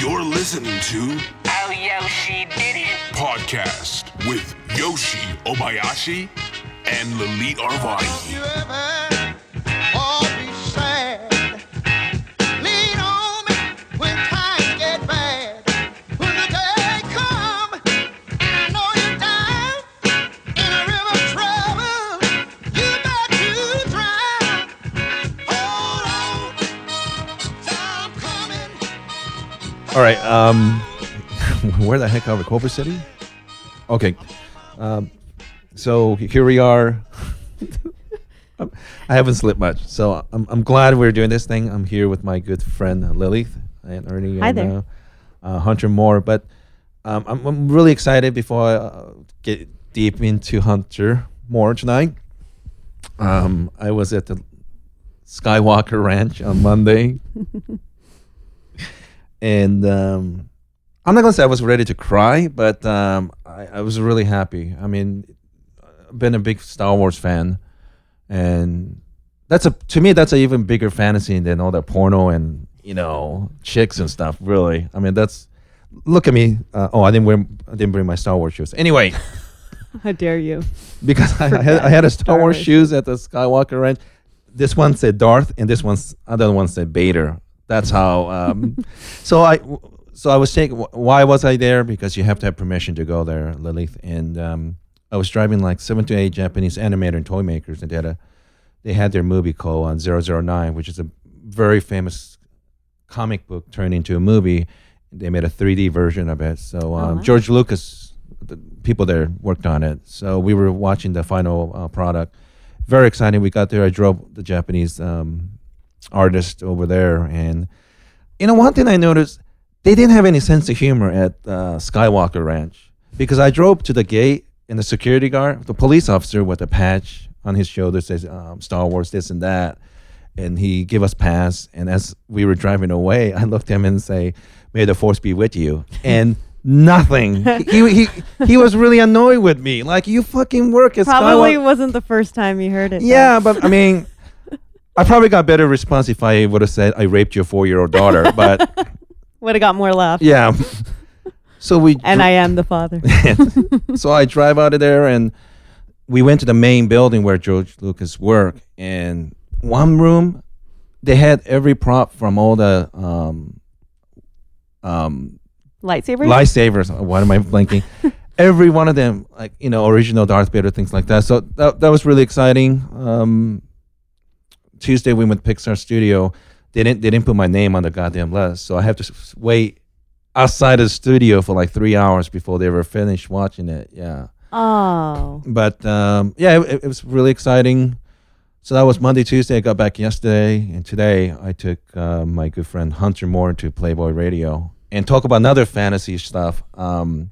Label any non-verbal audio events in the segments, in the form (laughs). You're listening to Oh, yo, she did it. Podcast with Yoshi Obayashi and Lily Arvai. you ever all be sad? Lean on me when times get bad. When the day come, and I know you're down in a river of trouble, you bet you drown. Hold on, time coming. All right. Um, (laughs) where the heck are we? Culver City? Okay. Um, so here we are. (laughs) Um, I haven't slept much, so I'm, I'm glad we're doing this thing. I'm here with my good friend Lily and Ernie Hi and there. Uh, uh, Hunter Moore. But um, I'm, I'm really excited before I uh, get deep into Hunter Moore tonight. Um, I was at the Skywalker Ranch on Monday, and um, I'm not gonna say I was ready to cry, but um, I, I was really happy. I mean, I've been a big Star Wars fan, and that's a to me that's an even bigger fantasy than all that porno and you know chicks and stuff. Really, I mean that's look at me. Uh, oh, I didn't wear I didn't bring my Star Wars shoes. Anyway, How dare you? because I, I had I had a Star Star Wars Wars. shoes at the Skywalker Ranch. This one said Darth, and this one's other one said Vader. That's how. Um, so I so I was taking. Why was I there? Because you have to have permission to go there, Lilith. And um, I was driving like seven to eight Japanese animator and toy makers, and they had a they had their movie called uh, on 009, which is a very famous comic book turned into a movie. They made a 3D version of it. So um, wow. George Lucas, the people there worked on it. So we were watching the final uh, product. Very exciting. We got there. I drove the Japanese um, artist over there, and you know one thing I noticed they didn't have any sense of humor at uh, Skywalker Ranch because I drove to the gate and the security guard, the police officer with a patch on his shoulder says um, Star Wars this and that, and he give us pass. And as we were driving away, I looked at him and say, "May the force be with you." And nothing. he, he he was really annoyed with me. Like you fucking work at Probably Skywalker. wasn't the first time you heard it. though. Yeah, but I mean, I probably got better response if I would have said I raped your four year old (laughs) daughter. But Would have got more laughs. yeah, so we And I am the (laughs) father. (laughs) so I drive out of there and we went to the main building where George Lucas worked. And one room, they had every prop from all the um, um, Lightsaber? Lightsabers. Oh, Why am I blanking? Every one of them, like you know, original Darth Vader things like that. So that that was really exciting. Um, Tuesday we went to Pixar Studio. They didn't they didn't put my name on the goddamn list, so I have to s- wait outside of the studio for like three hours before they were finished watching it. Yeah, oh. but um, yeah, it, it was really exciting. So that was Monday, Tuesday. I got back yesterday, and today I took uh, my good friend Hunter Moore to Playboy Radio and talk about another fantasy stuff. Um,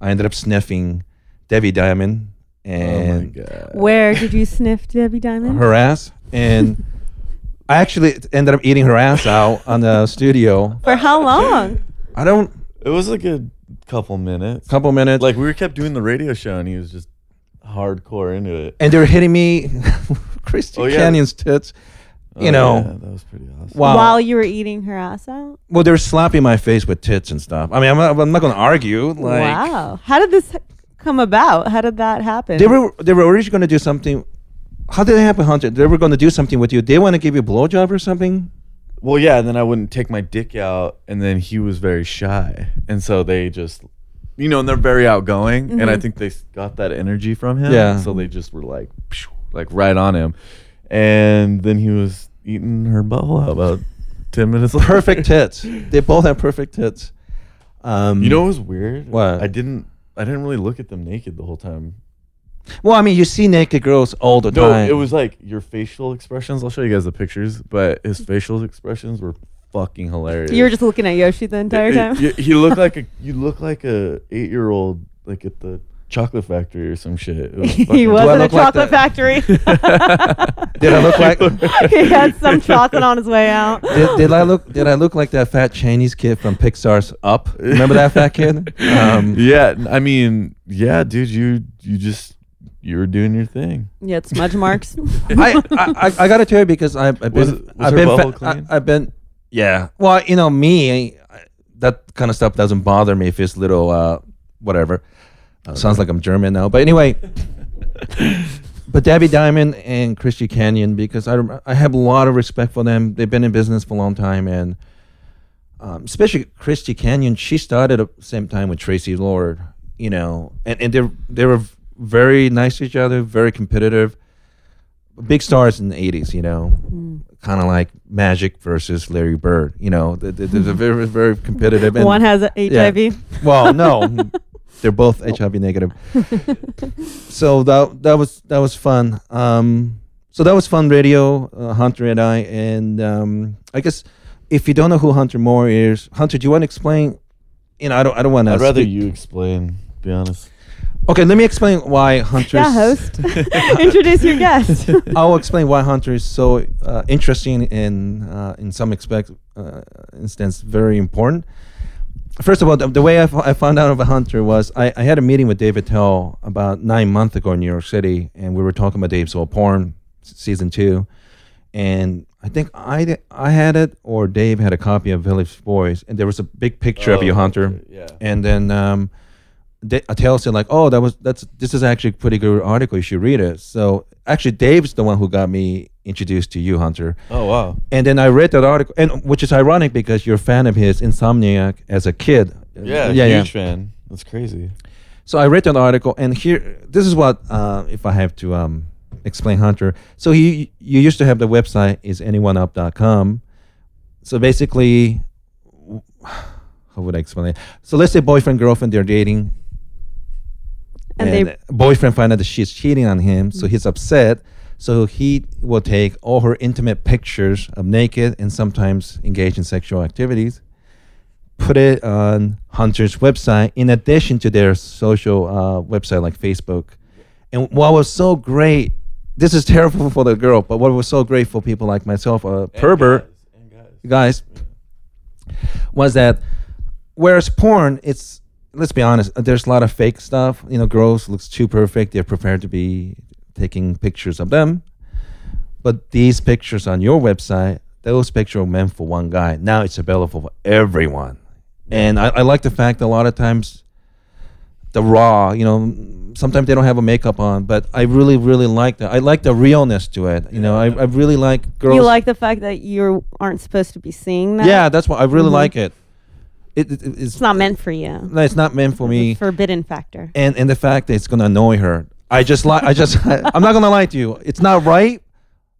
I ended up sniffing Debbie Diamond and Oh Where did you sniff Debbie (laughs) Diamond? her ass, and I actually ended up eating her ass out on the studio. For how long? I don't It was like a couple minutes. couple minutes Like we were kept doing the radio show, and he was just hardcore into it. and they were hitting me, (laughs) Christian Oh, yeah. Canyon's tits. You Oh, know, yeah, that was pretty awesome. wow. While you were eating her ass out? Well, they're slapping my face with tits and stuff. I mean, I'm not, I'm not going to argue. Like, wow. How did this h- come about? How did that happen? They were they were originally going to do something. How did it happen, Hunter? They were going to do something with you. They want to give you a blowjob or something. Well, yeah, and then I wouldn't take my dick out, and then he was very shy, and so they just, you know, and they're very outgoing, and I think they s- got that energy from him. Mm-hmm. Yeah. So they just were like, phew, like right on him, and then he was eating her butthole out about ten minutes. Later. Perfect tits. They both have perfect tits. Um, You know what was weird? What? I didn't. I didn't really look at them naked the whole time. Well, I mean, you see naked girls all the No, time. it was like your facial expressions. I'll show you guys the pictures, but his facial expressions were fucking hilarious. you were just looking at Yoshi the entire time? He, he looked like a you look like a eight year old like at the chocolate factory or some shit. It (laughs) was he fucking- was I in a look like chocolate that? factory. (laughs) (laughs) did I look (laughs) like? he had (laughs) some chocolate on his way out. did, did I look? Did I look like that fat Chinese kid from Pixar's Up? Remember that fat (laughs) kid? Um, Yeah, I mean, yeah, dude, you you just you were doing your thing. Yeah, it's smudge marks. (laughs) I, I, I- I gotta tell you because I, I've been, Was it- was I've her been, butthole fa- clean? I, have been, yeah. Well, you know me, I, that kind of stuff doesn't bother me if it's little uh, whatever. Uh, sounds like I'm German now, but anyway. but Debbie Diamond and Christy Canyon because I rem- I have a lot of respect for them. They've been in business for a long time, and um, especially Christy Canyon, she started at the same time with Tracy Lord. You know, and and they they were very nice to each other, very competitive. Big stars in the '80s, you know, kind of like Magic versus Larry Bird. You know, th- th- there's a very very competitive. and- One has yeah. HIV. Well, (laughs) no, they're Oh. both HIV negative. so that that was that was fun. Um, so that was fun radio, uh, Hunter and I. And um, I guess if you don't know who Hunter Moore is, Hunter, do you want to explain? You know, I don't. I don't want to. I'd rather you explain. Be honest. Okay, let me explain why Hunter. Yeah, host. (laughs) Introduce your (laughs) guest. I'll explain why Hunter is so uh, interesting and uh, in some expect uh, instance very important. First of all, the, the way I fo- I found out about Hunter was I, I had a meeting with David Tell about nine months ago in New York City, and we were talking about Dave's Old Porn s- season two, and I think I di- I had it or Dave had a copy of Village Boys, and there was a big picture of Oh, you, Hunter, yeah. and then. Um, Da- Attell said like, "Oh, that was that's this is actually a pretty good article. You should read it." So actually, Dave's the one who got me introduced to you, Hunter. Oh wow. And then I read that article, and which is ironic because you're a fan of his Insomniac as a kid. Yeah. yeah, huge yeah. fan. That's crazy. So I read that article, and here this is what uh, if I have to um, explain Hunter. So he you used to have the website is anyoneUp.com. So basically, how would I explain it? So let's say boyfriend girlfriend they're dating, And and, they- boyfriend find out that she's cheating on him, so he's upset. So he will take all her intimate pictures of naked and sometimes engage in sexual activities, put it on Hunter's website in addition to their social uh, website like Facebook. And what was so great, this is terrible (laughs) for the girl, but what was so great for people like myself, a pervert, guys, was that whereas porn, it's let's be honest, there's a lot of fake stuff. You know, girls looks too perfect. They're prepared to be taking pictures of them, but these pictures on your website, those pictures were meant for one guy. Now it's available for everyone, and I, I like the fact that a lot of times the raw, you know. Sometimes they don't have a makeup on, but I really, really like that. I like the realness to it. You know, I, I really like girls. you like the fact that you aren't supposed to be seeing that? Yeah, that's why I really like it. It, it- it's, It's not meant for you. no, it's not meant for me, Forbidden factor. and and the fact that it's gonna annoy her. I just like I just (laughs) I'm not gonna lie to you. It's not right,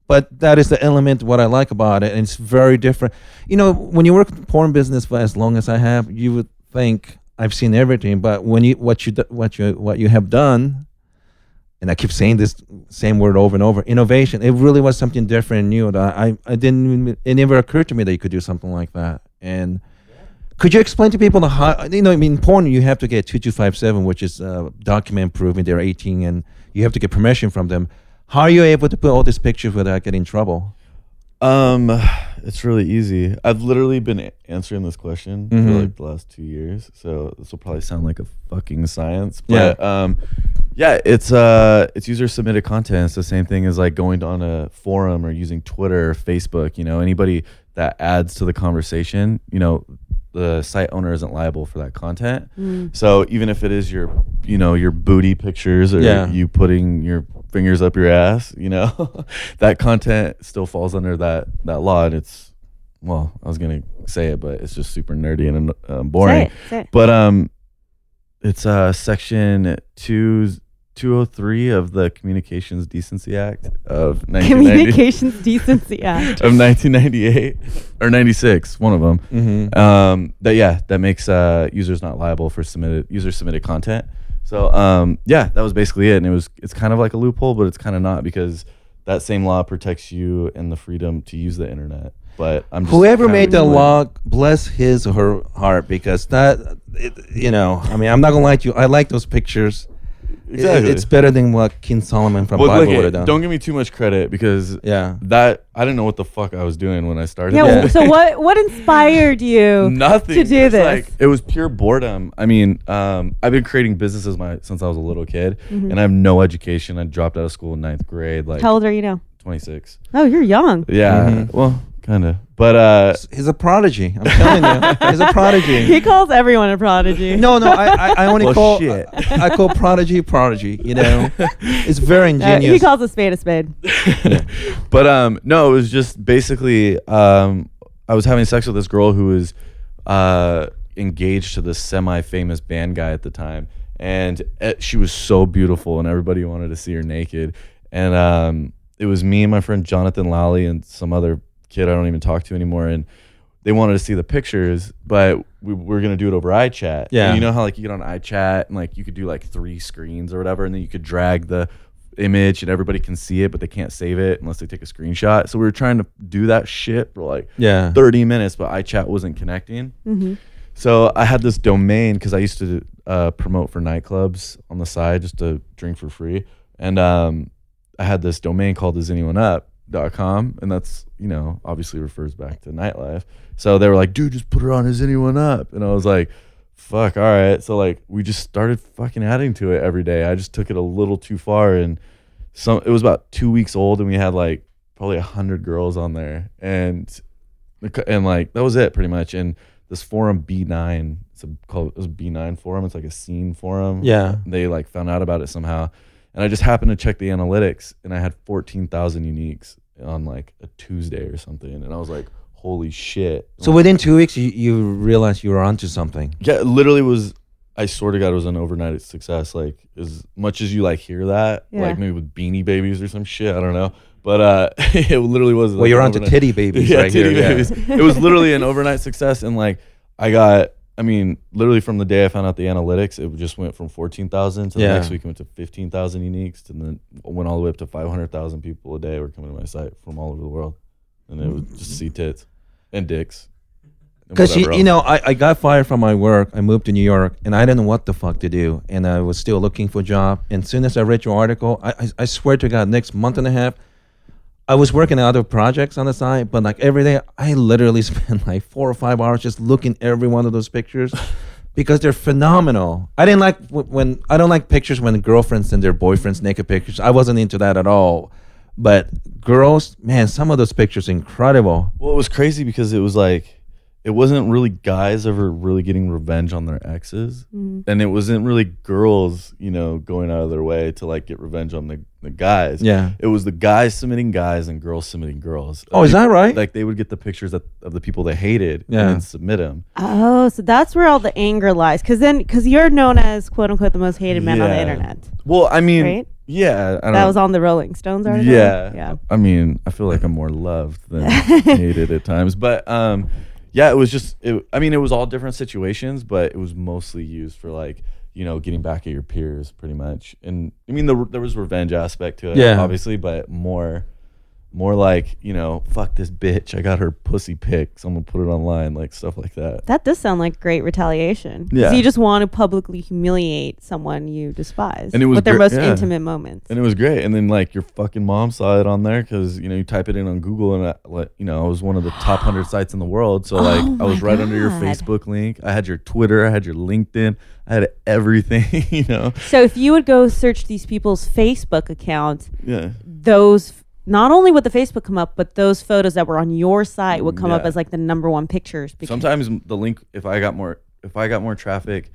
but that is the element what I like about it, and it's very different. You know, when you work in the porn business for as long as I have, you would think I've seen everything, but when you what you do- what you what you have done. And I keep saying this same word over and over. Innovation. It really was something different and new. That I, I didn't. even- It never occurred to me that you could do something like that. And could you explain to people the how you know? I mean, porn you have to get two two five seven, which is uh, document proving they're eighteen, and you have to get permission from them. How are you able to put all these pictures without getting in trouble? Um, it's really easy. I've literally been a- answering this question for like the last two years, so this will probably sound like a fucking science. But um, yeah, it's uh, it's user submitted content. It's the same thing as like going on a forum or using Twitter, or Facebook. You know, anybody that adds to the conversation, you know, the site owner isn't liable for that content. So even if it is your, you know, your booty pictures or Yeah. you putting your fingers up your ass, you know, (laughs) that content still falls under that that law, and it's well, I was gonna say it, but it's just super nerdy and Say uh, boring. it, say (laughs) it. But um, it's uh section two. 203 of the Communications Decency Act of 1990, Communications decency act. (laughs) of 1998 or 96, one of them Mm-hmm. um that yeah that makes uh users not liable for submitted user submitted content so um yeah that was basically it and it was it's kind of like a loophole but it's kind of not because that same law protects you and the freedom to use the internet but i'm just Whoever kind of made the explaining- law, bless his or her heart, because that, it, you know, I mean, I'm not gonna lie to you. I like those pictures. It- exactly it's better than what King Solomon from But look Bible at- would have done. don't give me too much credit because Yeah. that i didn't know what the fuck i was doing when i started Yeah. this. w- So what? What inspired you? nothing to do It's this. like- it was pure boredom. I mean, um, I've been creating businesses my since I was a little kid, Mm-hmm. and I have no education. I dropped out of school in ninth grade, like How old are you now? twenty six. Oh, you're young. Yeah. Well, kind of. But uh, He's a prodigy. I'm telling (laughs) you, he's a He prodigy. calls everyone a prodigy. No, no, I, I, I only Well, call shit. I, I call prodigy prodigy. You (laughs) know, it's very Uh, ingenious. he calls a spade a spade. but um no it was just basically um i was having sex with this girl who was uh engaged to this semi-famous band guy at the time and eh, she was so beautiful and everybody wanted to see her naked and um it was me and my friend jonathan lally and some other kid i don't even talk to anymore and they wanted to see the pictures, but we were gonna do it over iChat. And Yeah. you know how like you get on iChat and like you could do like three screens or whatever, and then you could drag the image and everybody can see it, but they can't save it unless they take a screenshot. So we were trying to do that shit for like yeah, 30 minutes, but iChat wasn't connecting. Mm-hmm. So I had this domain because I used to uh, promote for nightclubs on the side just to drink for free. And um, I had this domain called is anyone up.com. And that's, you know, obviously refers back to nightlife. So they were like, dude, just put it on is anyone up. And I was like, fuck, all right. So like we just started fucking adding to it every day. I just took it a little too far and some it was about two weeks old and we had like probably a hundred girls on there and and like that was it pretty much and this forum b9 it's a called it's a b9 forum it's like a scene forum yeah. they like found out about it somehow and i just happened to check the analytics and i had 14000 uniques on like a tuesday or something and i was like holy shit So within two weeks, you, you realize you were onto something. yeah it literally was i swear to god it was an overnight success like as much as you like hear that Yeah. like maybe with beanie babies or some shit i don't know but uh (laughs) it literally was Well, like, you're an onto overnight- titty babies right titty here. yeah. babies. (laughs) it was literally an overnight success, and like I got, I mean, literally from the day I found out the analytics, it just went from fourteen thousand to Yeah. the next week it went to fifteen thousand uniques, and then went all the way up to five hundred thousand people a day were coming to my site from all over the world, and it was just see tits and dicks. and Mm-hmm. Because you, whatever you else. know, I, I got fired from my work. I moved to New York, and I didn't know what the fuck to do. And I was still looking for a job. And soon as I read your article, I, I, I swear to God, next month and a half, I was working on other projects on the side. But like every day, I literally (laughs) spent like four or five hours just looking every one of those pictures because they're phenomenal. I didn't like w- when I don't like pictures when girlfriends send their boyfriends naked pictures. I wasn't into that at all. But girls, man, some of those pictures incredible. Well, it was crazy because it was like it wasn't really guys ever really getting revenge on their exes, Mm-hmm. and it wasn't really girls, you know, going out of their way to like get revenge on the, the guys. Yeah. it was the guys submitting guys and girls submitting girls. Oh, is that right? Like they would get the pictures of, of the people they hated Yeah. and then submit them. Oh, so that's where all the anger lies. Because then, because you're known as quote unquote the most hated man on the Yeah. internet. Well, I mean, Right? yeah, I don't That was on the Rolling Stones article. Yeah. yeah. I mean, I feel like I'm more loved than hated at times. But um, yeah, it was just, it, I mean, it was all different situations, but it was mostly used for like, you know, getting back at your peers pretty much. And I mean, the, there was revenge aspect to it, Yeah. obviously, but more, more like, you know, fuck this bitch. I got her pussy pic. Someone put it online, like stuff like that. That does sound like great retaliation. Yeah. So you just want to publicly humiliate someone you despise And it was with their gr- most yeah. intimate moments. And it was great. And then like your fucking mom saw it on there because you know you type it in on Google and I, like you know I was one of the top hundred sites in the world. So like I was right under your God. Facebook link. I had your Twitter. I had your LinkedIn. I had everything. (laughs) You know. So if you would go search these people's Facebook accounts, Yeah. those not only would the Facebook come up, but those photos that were on your site would come up Yeah. as like the number one pictures. Because Sometimes the link if I got more if I got more traffic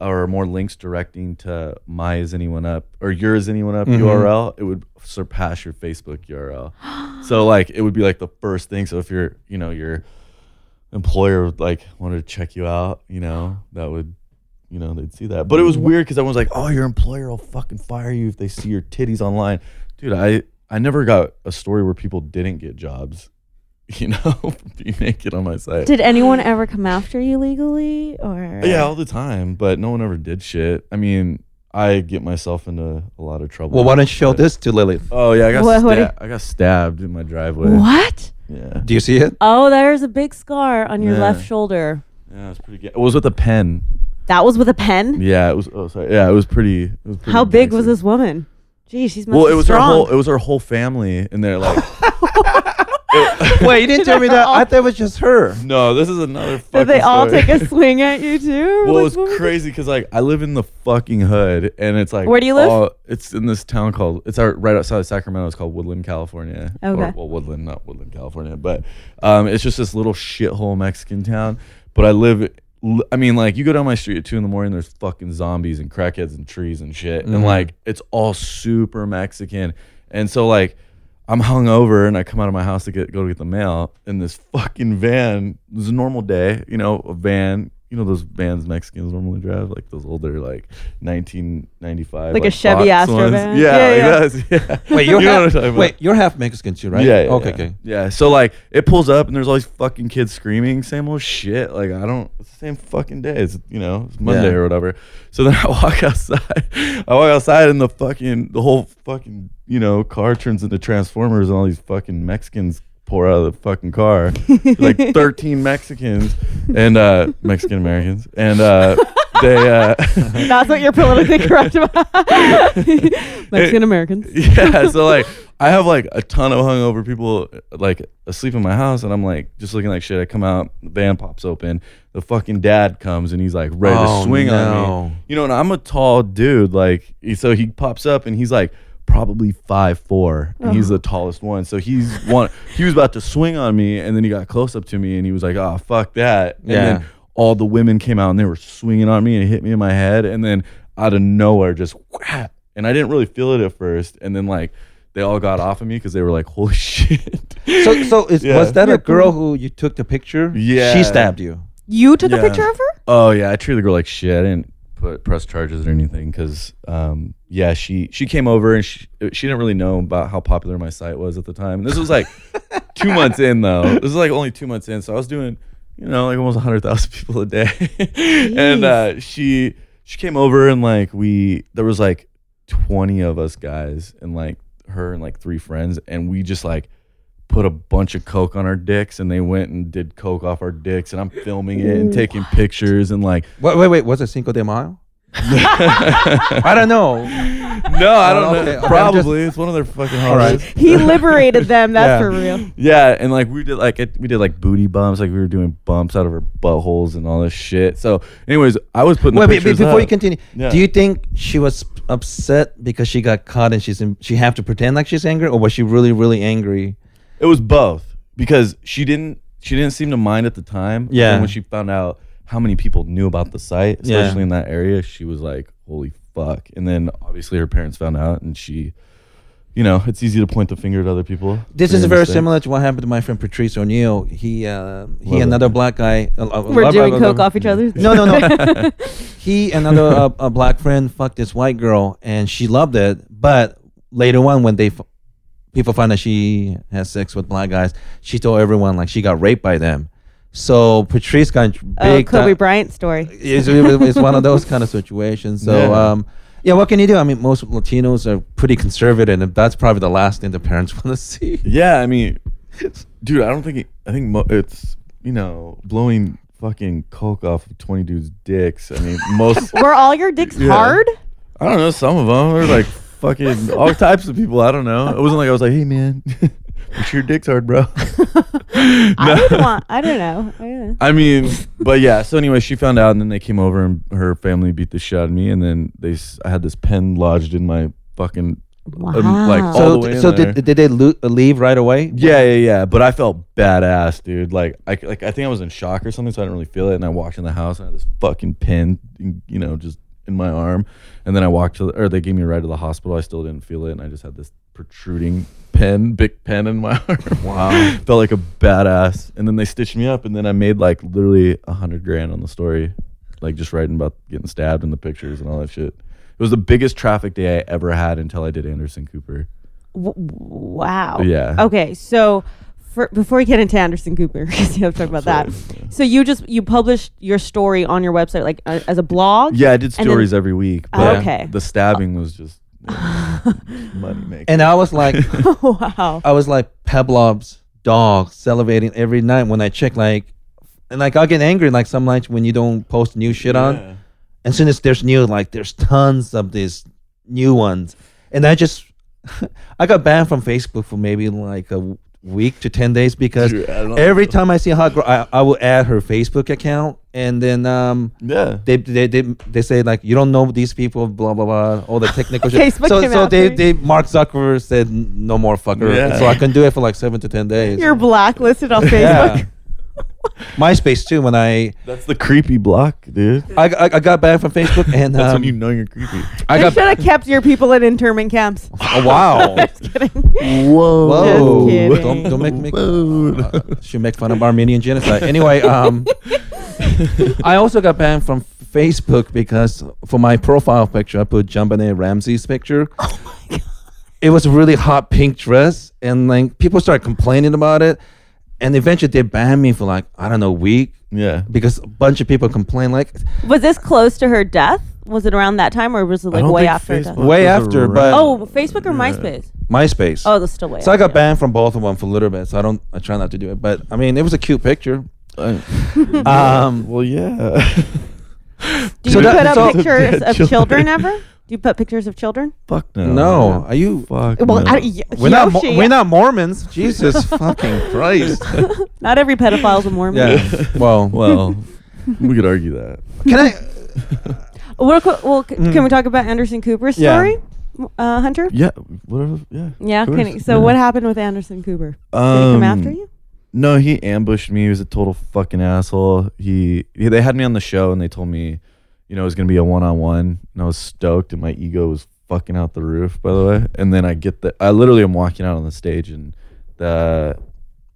or more links directing to my is anyone up or your is anyone up URL, it would surpass your Facebook URL. so like it would be like the first thing. So if you're you know your employer would, like wanted to check you out, you know that would you know they'd see that. But it was weird because everyone's like, oh, your employer will fucking fire you if they see your titties online, dude. I I never got a story where people didn't get jobs. (laughs) You know, (laughs) from being naked on my site. did anyone ever come after you legally or Oh, Yeah, all the time, but no one ever did shit. I mean, I get myself into a lot of trouble. Well, why don't you show this to Lilith? Oh yeah, I got What- what sta- did- I got stabbed in my driveway. What? Yeah, Do you see it? Oh, there's a big scar on your Yeah. left shoulder. yeah, it was pretty. Good. It was with a pen. That was with a pen. Yeah, it was. Oh, sorry. Yeah, it was pretty. It was pretty How big was gangster. this woman? Gee, she's must Well, be it was strong. (laughs) her whole. It was her whole family, and they're like, (laughs) Wait, you didn't tell me that. I thought it was just her. No, this is another Did fucking. they all story. take a swing at you too? (laughs) Well, Like, it's what was it? crazy because like I live in the fucking hood, and it's like oh, Where do you live? all- it's in this town called it's out right outside of Sacramento. It's called Woodland, California. Okay. Or, well, Woodland, not Woodland, California, but um, it's just this little shithole Mexican town. But I live. li- I mean, like you go down my street at two in the morning, there's fucking zombies and crackheads and trees and shit, and like it's all super Mexican. And so like I'm hungover and I come out of my house to get go to get the mail in this fucking van. It was a normal day, you know, a van. You know those vans Mexicans normally drive, like those older like 1995, Like a Chevy Fox Astro ones. van? Yeah, Yeah, like those, yeah. (laughs) Wait, you're You know half, what I'm talking about. wait, you're half Mexican too, right? Yeah, yeah, Okay, yeah. okay. Yeah, so like it pulls up and there's all these fucking kids screaming, same old shit. Like I don't, it's the same fucking day. It's you know it's Monday Yeah. or whatever. So then (laughs) I walk outside. I walk outside and the fucking the whole fucking you know car turns into Transformers and all these fucking Mexicans pour out of the (laughs) fucking car, like 13 Mexicans and uh Mexican Americans and uh they uh. (laughs) That's what you're politically correct about. Mexican Americans. (laughs) yeah so (laughs) like i have like a ton of hungover people like asleep in my house and i'm like just looking like shit i come out the van pops open the fucking dad comes and he's like ready Oh, to swing on no. me you know and i'm a tall dude like he- so he pops up and he's like probably five four and he's the tallest one so he's (laughs) one he was about to swing on me and then he got close up to me and he was like oh fuck that and Yeah. then all the women came out and they were swinging on me and it hit me in my head and then out of nowhere just whack. and i didn't really feel it at first and then like they all got off of me because they were like holy (laughs) shit So, so is, Yeah. was that a girl who you took the picture? Yeah. She stabbed you. You took Yeah. a picture of her? oh yeah i treated the girl like shit i didn't put press charges or anything because um yeah she she came over and she she didn't really know about how popular my site was at the time this was like two months in though this was like only two months in so i was doing you know like almost 100000 (laughs) people a day and uh she she came over and like we there was like 20 of us guys and like her and like three friends and we just like put a bunch of coke on our dicks and they went and did coke off our dicks and i'm filming it and taking pictures (laughs) and like Wait, wait, wait. Was it Cinco de (laughs) Mayo? I don't know. no i don't okay, know okay, I'm probably it's one of their fucking holidays He liberated them. That's Yeah. for real. yeah and like we did like it, we did like booty bumps like we were doing bumps out of her buttholes and all this shit so anyways i was putting the Wait, be- be- pictures before you up. continue, Yeah. do you think she was upset because she got caught and she's in, she have to pretend like she's angry, or was she really, really angry? It was both because she didn't she didn't seem to mind at the time. but Yeah. then when she found out how many people knew about the site, Yeah. especially in that area, she was like, "Holy fuck!" And then obviously her parents found out, and she, you know, it's easy to point the finger at other people. This for is your very mistakes. similar to what happened to my friend Patrice O'Neill. He uh, he, Love it. another black guy. a- a- We're love- doing love- coke love- off each other. No, no, no. he another (laughs) uh, a black friend fucked this white girl, and she loved it. But later on, when they f- people find that she has sex with black guys, she told everyone like she got raped by them. So Patrice got in (laughs) (laughs) Oh, big. Kobe ti- Bryant story. It's, it's one of (laughs) those kind of situations. So. Yeah. um yeah, what can you do? I mean, most Latinos are pretty conservative, and that's probably the last thing the parents (laughs) want to see. Yeah, I mean, dude, I don't think it, I think mo- it's you know blowing fucking coke off of twenty dudes' dicks. I mean, (laughs) most Were all your dicks (laughs) Yeah. hard? I don't know. Some of them are like (laughs) fucking all types of people. I don't know. It wasn't like I was like, hey man, (laughs) make sure your dick's hard, bro. I would want. I don't know. I don't know. (laughs) I mean, but yeah. So anyway, she found out, and then they came over, and her family beat the shit out of me, and then they, s- I had this pen lodged in my fucking, um, like Wow. all the So, way in so there. did, did they lo- leave right away? yeah, yeah, yeah. But I felt badass, dude. Like, I c- like I think I was in shock or something, so I didn't really feel it. And I walked in the house, and I had this fucking pen, you know, just in my arm. And then I walked to, the, or they gave me a ride to the hospital. I still didn't feel it, and I just had this protruding pen, big pen in my (laughs) arm. Wow, felt like a badass. And then they stitched me up, and then I made like literally a hundred grand on the story, like just writing about getting stabbed in the pictures and all that shit. It was the biggest traffic day I ever had until I did Anderson Cooper. W- wow. Yeah. Okay, so for, before we get into Anderson Cooper, (laughs) because you have to talk about that. So you just you published your story on your website, like uh, as a blog. Yeah, I did And then- Oh, stories every week. But Okay. The stabbing was just money making. And I was (laughs) like, (laughs) wow. I was like Pavlov's dog, salivating every night when I check like, and like I'll get angry like some nights when you don't post new shit on. And soon as there's new, like there's tons of these (laughs) new ones, and I just, I got banned from Facebook for maybe like a week to 10 days because Dude, I don't every know. time I see a hot girl, I, I will add her Facebook account and then um, Yeah. they, they they they say like you don't know these people, blah blah blah, all the (laughs) technical shit. Facebook So came so out they, for you. they Mark Zuckerberg said no more fucker. Yeah. So I couldn't do it for like seven to ten days. You're blacklisted on (laughs) yeah. Facebook. MySpace too. When I, That's the creepy block, dude. I I I got back from Facebook and um, That's when you know you're creepy. I They got should have kept your people in internment camps. (laughs) oh, wow. Just kidding. Whoa. Whoa! Just kidding. Don't don't make me. Whoa. Uh, she make fun of Armenian genocide. Anyway, um, I also got banned from Facebook because for my profile picture I put Jambane Ramsey's picture. Oh my god! It was a really hot pink dress, and like people started complaining about it, and eventually they banned me for like I don't know a week (laughs) Yeah. because a bunch of people complained like Was this close to her death? Was it around that time, or was it like don't way think after her death? Facebook- way Those are after, rare. but Oh, Facebook or MySpace? MySpace. Oh, that's still way. so I after, got yeah. banned from both of them for a little bit. So I don't. I try not to do it, but I mean, it was a cute (laughs) picture. Oh. Uh, Um, well, yeah. (laughs) Do you So that- put up so- (laughs) pictures Dead of children children. ever? Do you put pictures of children? Fuck no. No, man. are you- Fuck. Well, no. I, y- We're not, Mo- Yoshi, we're not Mormons. Jesus fucking Christ. Not every pedophile's a Mormon. Yeah. (laughs) Well, (laughs) well, we could argue that. can I? Well, co- well, c- can we talk about Anderson Cooper's Mm. Yeah. story, M- uh, Hunter? Yeah. Whatever. Yeah. Yeah. of Can course, you- so yeah. what happened with Anderson Cooper? Did he come after (laughs) Um, you? No, he ambushed me. He was a total fucking asshole. He, he- they had me on the show and they told me, you know, it was gonna be a one on one, and I was stoked, and my ego was fucking out the roof. By the way, and then I get the, I literally am walking out on the stage, and the,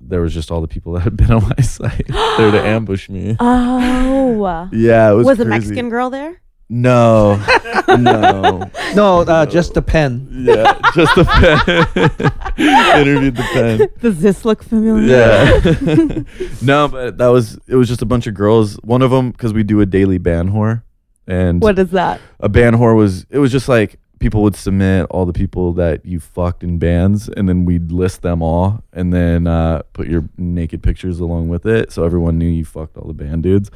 there was just all the people that had been on my (laughs) side there to (gasps) ambush me. Oh. uh, Yeah, it was. was a crazy. Mexican girl there? No, (laughs) no. No, uh, just the pen. Yeah, just the (laughs) pen. (laughs) Interviewed the pen. Does this look familiar? (laughs) Yeah. no, but that was it was just a bunch of girls. One of them because we do a daily ban whore, and What is that? a ban whore was it was just like people would submit all the people that you fucked in bands, and then we'd list them all, and then uh, put your naked pictures along with it, so everyone knew you fucked all the band dudes.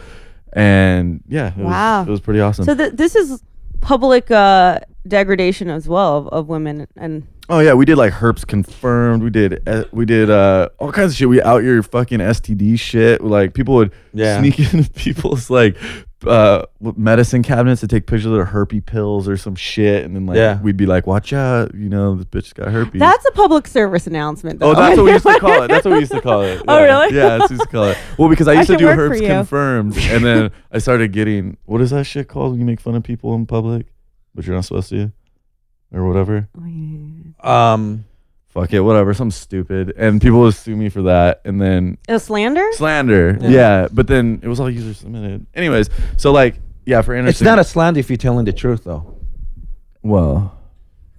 And yeah, it Wow. was, it was pretty awesome. So th- this is public uh, degradation as well of, of women and Oh yeah, we did like herps confirmed. We did uh, we did uh, all kinds of shit. We out your fucking STD shit. Like people would Yeah. sneak (laughs) into people's like uh, medicine cabinets to take pictures of their herpy pills or some shit, and then like Yeah. we'd be like, watch out, you know, this bitch got herpes. that's a public service announcement. Oh, though. that's what we used (laughs) to call it. That's what we used to call it. Oh, Yeah. really? Yeah, that's what we used to call it. Well, because I used to can do work for herbs you. confirmed, and then (laughs) I started getting what is that shit called when you make fun of people in public, but you're not supposed to, or whatever Oh, Um, fuck it, whatever, something stupid. And people would sue me for that. And then a Oh, slander. slander. Yeah. Yeah. but then it was all user submitted. Anyways, so like, yeah, for it's Anderson. not a slander if you're telling the truth, though. Well,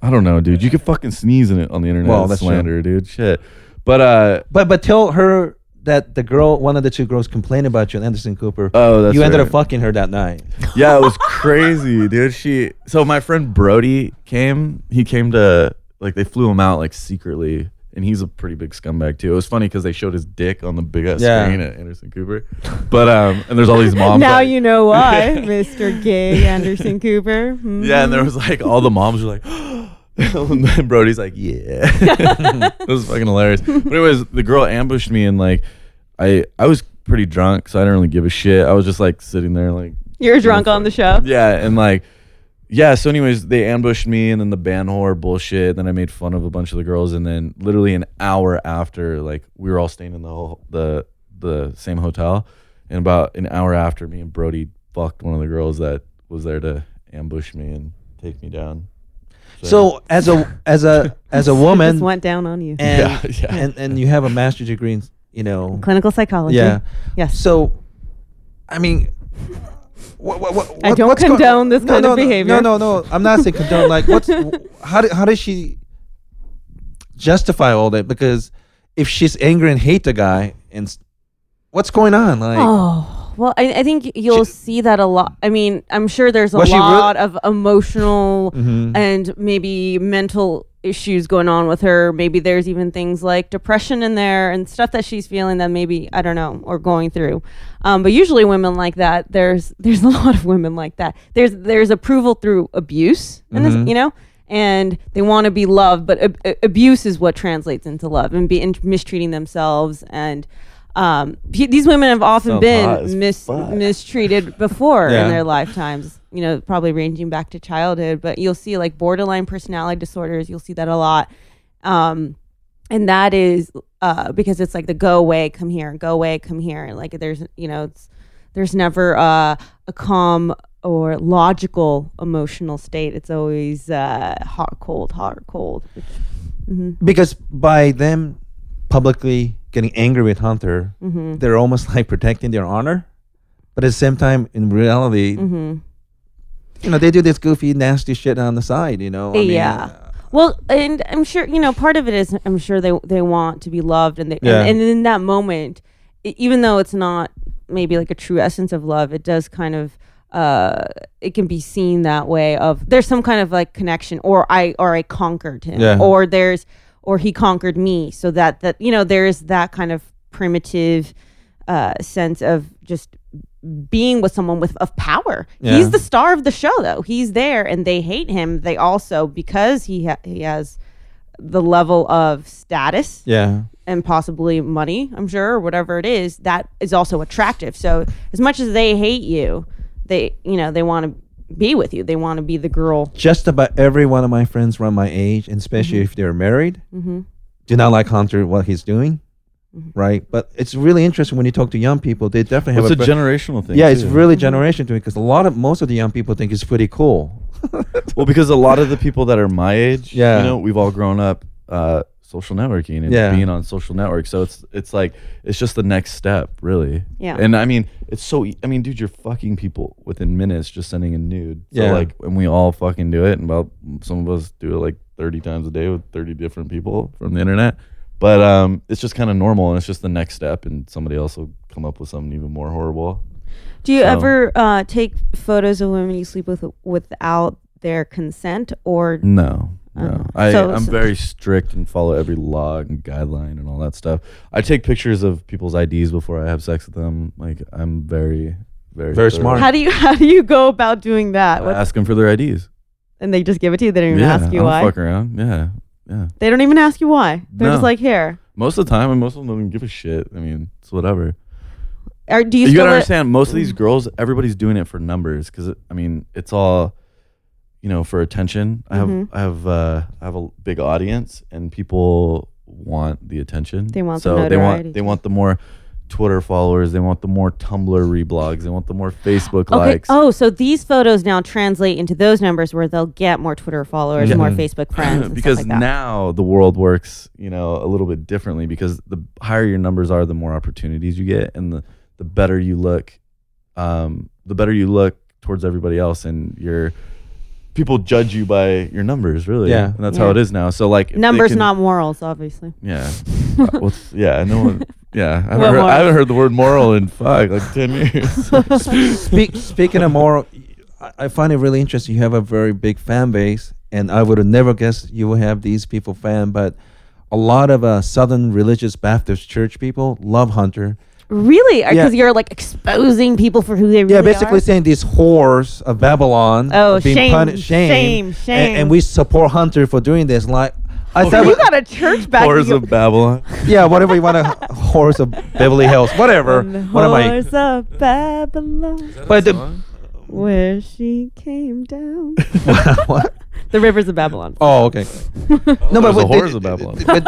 I don't know, dude. You could fucking sneeze in it on the internet. Well, It's that's true. slander, dude. Shit. But, uh, But but tell her that the girl, one of the two girls, complained about you, and Anderson Cooper. Oh, that's you ended up right. fucking her that night. yeah, it was crazy, (laughs) dude. She, so my friend Brody came. He came to, like, they flew him out, like, secretly. And he's a pretty big scumbag, too. It was funny because they showed his dick on the big ass Yeah. screen at Anderson Cooper. But, um, and there's (laughs) all these moms. now like- you know (laughs) why, (laughs) Mr. Gay Anderson Cooper. Hmm. Yeah, and there was like all the moms were like, (gasps) and then Brody's like, yeah, (laughs) it was fucking hilarious. But anyways, the girl ambushed me and like, I I was pretty drunk, so I didn't really give a shit. I was just like sitting there like, You're drunk on the show. yeah, and like, yeah. So anyways, they ambushed me and then the ban whore bullshit. Then I made fun of a bunch of the girls, and then literally an hour after, like, we were all staying in the whole, the the same hotel, and about an hour after, me and Brody fucked one of the girls that was there to ambush me and take me down. So as a as a (laughs) as a Just woman, went down on you. and, Yeah, yeah. and and you have a master's degree, in, you know. Clinical psychology. Yeah. Yes. So, I mean, what, what, what, I don't what's go- condone this kind no, of no, behavior. No, no, no. I'm not saying condone. Like, (laughs) what's how did how does she justify all that? Because if she's angry and hate the guy, and s- what's going on? Like, Oh well, I, I think you'll She- see that a lot. I mean, I'm sure there's a Was she real- lot of emotional Mhm. and maybe mental issues going on with her. Maybe there's even things like depression in there and stuff that she's feeling that maybe I don't know or going through. Um, but usually women like that, (laughs) Mm-hmm. there's there's a lot of women like that. There's there's approval through abuse, and this, you know, and they want to be loved, but ab- a- abuse is what translates into love and be and mistreating themselves and. Um, p- these women have often Sounds hot as been mis- fuck. mistreated before Yeah. in their lifetimes. You know, probably ranging back to childhood, but you'll see like borderline personality disorders. You'll see that a lot. Um, and that is uh, because it's like the go away, come here, go away, come here. Like there's, you know, it's, there's never uh, a calm or logical emotional state. It's always uh, hot, cold, hot, or cold. because by them publicly getting angry with Hunter, Mm-hmm. they're almost like protecting their honor. But at the same time, in reality, Mm-hmm. you know, they do this goofy, nasty shit on the side. You know, I mean, yeah. Well, and I'm sure you know part of it is I'm sure they they want to be loved, and they, Yeah. and, and in that moment, e- even though it's not maybe like a true essence of love, it does kind of uh it can be seen that way of there's some kind of like connection or i or i conquered him Yeah. or there's or he conquered me so that that you know there is that kind of primitive uh sense of just being with someone with of power. Yeah. He's the star of the show, though. He's there, and they hate him. They also because he ha- he has the level of status yeah. and possibly money, I'm sure, or whatever it is, that is also attractive. So as much as they hate you, they you know they want to be with you. They want to be the girl. Just about every one of my friends around my age, and especially if they're married, do not like Hunter what he's doing. Right, but it's really interesting when you talk to young people. They definitely have It's a pre- generational thing. yeah. It's too. really generation to me because a lot of most of the young people think it's pretty cool. (laughs) well because a lot of the people that are my age, Yeah. you know, we've all grown up uh, social networking and Yeah. being on social networks. So it's it's like it's just the next step, really. Yeah. And I mean, it's so. e- I mean, dude, you're fucking people within minutes just sending a nude. So Yeah. Like, and we all fucking do it, and about some of us do it like 30 times a day with 30 different people from the internet. But um, it's just kind of normal, and it's just the next step, and somebody else will come up with something even more horrible. Do you So- ever uh, take photos of women you sleep with without their consent or No. No. I, Uh-huh. so- I'm so- very strict and follow every law and guideline and all that stuff. I take pictures of people's IDs before I have sex with them. Like I'm very, Very very, thorough. smart. how do you (laughs) how do you go about doing that? I What, ask them for their IDs. and they just give it to you. They don't even Uh, yeah, ask you I don't why. fuck around. Yeah, yeah. They don't even ask you why. They're No. just like, here. Most of the time, and most of them don't even give a shit. I mean, it's whatever. Or do you, You, still gotta let- Mm. understand, most of these girls, everybody's doing it for numbers because I mean, it's all, you know, for attention. I have, Mm-hmm. I have, uh, I have a big audience, and people want the attention. They want the so they notoriety. want they want the more Twitter followers. They want the more Tumblr reblogs. They want the more Facebook Okay. likes. Oh, so these photos now translate into those numbers where they'll get more Twitter followers, more (clears throat) Facebook friends, and Mm-hmm. because stuff like that. now the world works, you know, a little bit differently because the higher your numbers are, the more opportunities you get and the, the better you look, um, the better you look towards everybody else and your people judge you by your numbers really. Yeah. And that's Yeah. how it is now. So like if they numbers, can- not morals, obviously. (laughs) (laughs) yeah. Uh, what's- yeah. No one, yeah. I Well, haven't, heard, I moral. haven't heard (laughs) the word moral in fuck like 10 years. Speak, speaking of moral, I- I find it really interesting. You have a very big fan base, and I would have never guessed you would have these people fan. But a lot of uh, Southern religious Baptist church people love Hunter. Really? Yeah. Because you're like exposing people for who they really Yeah, basically are? saying these whores of Babylon. Oh, are being shame, punished- shame, and- shame. And, we support Hunter for doing this. Like, I You thought, got a church (laughs) (laughs) back. Whores of Babylon. yeah, whatever you want to, whores of Beverly (laughs) Hills, whatever. What am I? Whores of Babylon, But the, where she came (laughs) down. (laughs) what? the rivers of Babylon. Oh, okay. (laughs) no, There's what the they- whores of Babylon. But,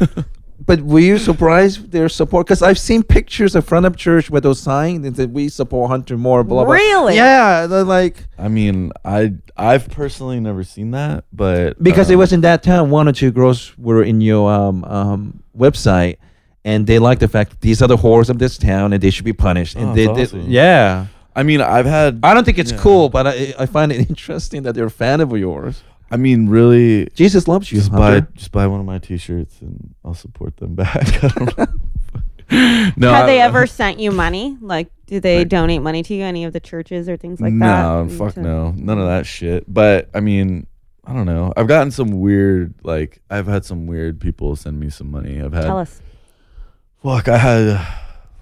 but- (laughs) but were you surprised their support? Because I've seen pictures of front of church with those signs that said, "We support Hunter Moore." Blah blah. Really? Yeah, they're like I mean, I, I've personally never seen that, but because it um, was in that town, one or two girls were in your um, um, website, and they liked the fact that these are the whores of this town, and they should be punished. And Oh, they, that's they- awesome. yeah. I mean, I've had. I don't think it's cool, but I, I find it (laughs) interesting that they're a fan of yours. I mean, really, Jesus loves you, just buy Hunter. just buy one of my T-shirts and I'll support them (laughs) back. I don't know. no, Have they I- ever sent you money? Like, do they donate money to you? Any of the churches or things like that? no, And fuck to- no, none of that shit. But I mean, I don't know. I've gotten some weird, like Uh, I've had some weird people send me some money. I've had Tell us. Fuck, I had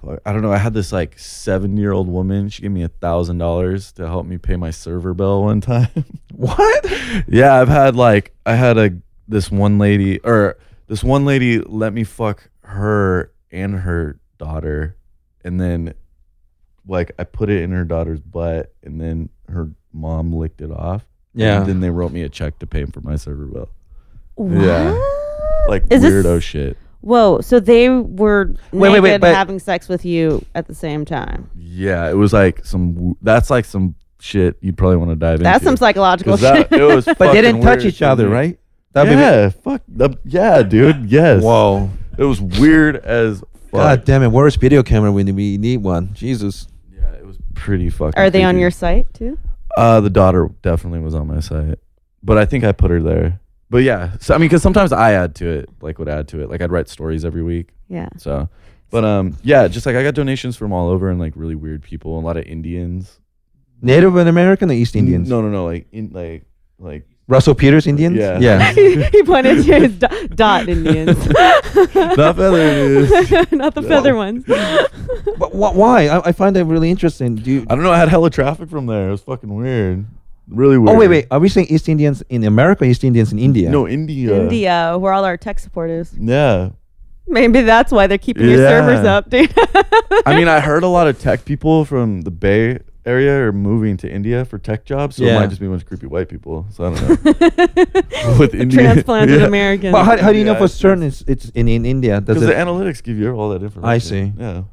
fuck, I don't know. I had this like seven year old woman. She gave me a thousand dollars to help me pay my server bill one (laughs) time. What? yeah, I've had like I had a this one lady or this one lady let me fuck her and her daughter, and then like I put it in her daughter's butt, and then her mom licked it off. Yeah. And then they wrote me a check to pay for my server bill. What? Yeah. Like Is this- weirdo shit. Whoa! So they were Wait, wait, wait, naked but- having sex with you at the same time. Yeah, it was like some. w- That's like some shit you'd probably want to dive into. That's some psychological 'Cause that- shit. it (laughs) was But they fucking didn't touch weird each to other, me. right? yeah, fuck. the- yeah, dude. Yes. Whoa. It was weird as fuck. God damn it! Where's video camera when we need one? Jesus. Yeah, it was pretty fucking. (laughs) Are they on creepy. your site too? Uh, the daughter definitely was on my site, but I think I put her there. But yeah, so I mean, because sometimes I add to it, like would add to it. Like I'd write stories every week. (laughs) Yeah. (laughs) So, but um, yeah, just like I got donations from all over and like really weird people, and a lot of Indians. Native American or East Indians? No, no, no. Like in like like Russell Peters Indians? Yeah. (laughs) Yeah. he pointed to his do- dot Indians, (laughs) not feathers. not the feather ones. but wh- why? I, I find that really interesting. Do you? I don't know. I had hella traffic from there. It was fucking weird. Really weird. Oh wait, wait. Are we saying East Indians in America? or East Indians in India? No, India. India, where all our tech support is. Yeah. Maybe that's why they're keeping your Yeah. servers up, dude. (laughs) I mean, I heard a lot of tech people from the Bay Area are moving to India for tech jobs, so Yeah. it might just be a bunch of creepy white people. So I don't (laughs) know. With India, (laughs) Transplanted Americans. But how, how do you know Yeah, for it's- certain it's, it's in, in India? Does Because it? the analytics give you all that information. see. Yeah.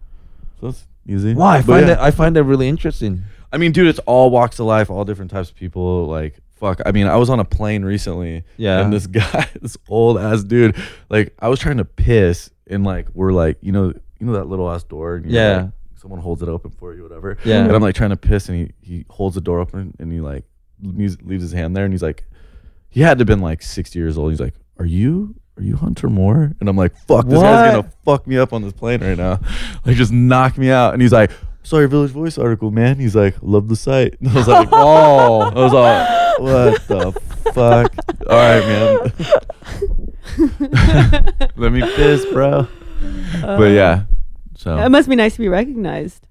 So that's easy. why? I But find yeah. that I find that really interesting. I mean, dude, it's all walks of life, all different types of people. Like, fuck. I mean, I was on a plane recently. Yeah. And this (laughs) guy, this old ass dude, like, I was trying to piss, and like, we're like, you know, you know that little ass door. And you're, Yeah. like, someone holds it open for you, whatever. Yeah. And I'm like trying to piss, and he he holds the door open, and he like leaves, leaves his hand there, and he's like, he had to have been like 60 years old. He's like, are you? Are you Hunter Moore? And I'm like, fuck, this guy's What? gonna fuck me up on this plane right now. Like, just knock me out. And he's like, sorry, Village Voice article, man. He's like, love the site. (laughs) And I was like, oh. I was all, what the fuck? (laughs) All right, man. (laughs) Let me piss, bro. but yeah, It so. must be nice to be recognized.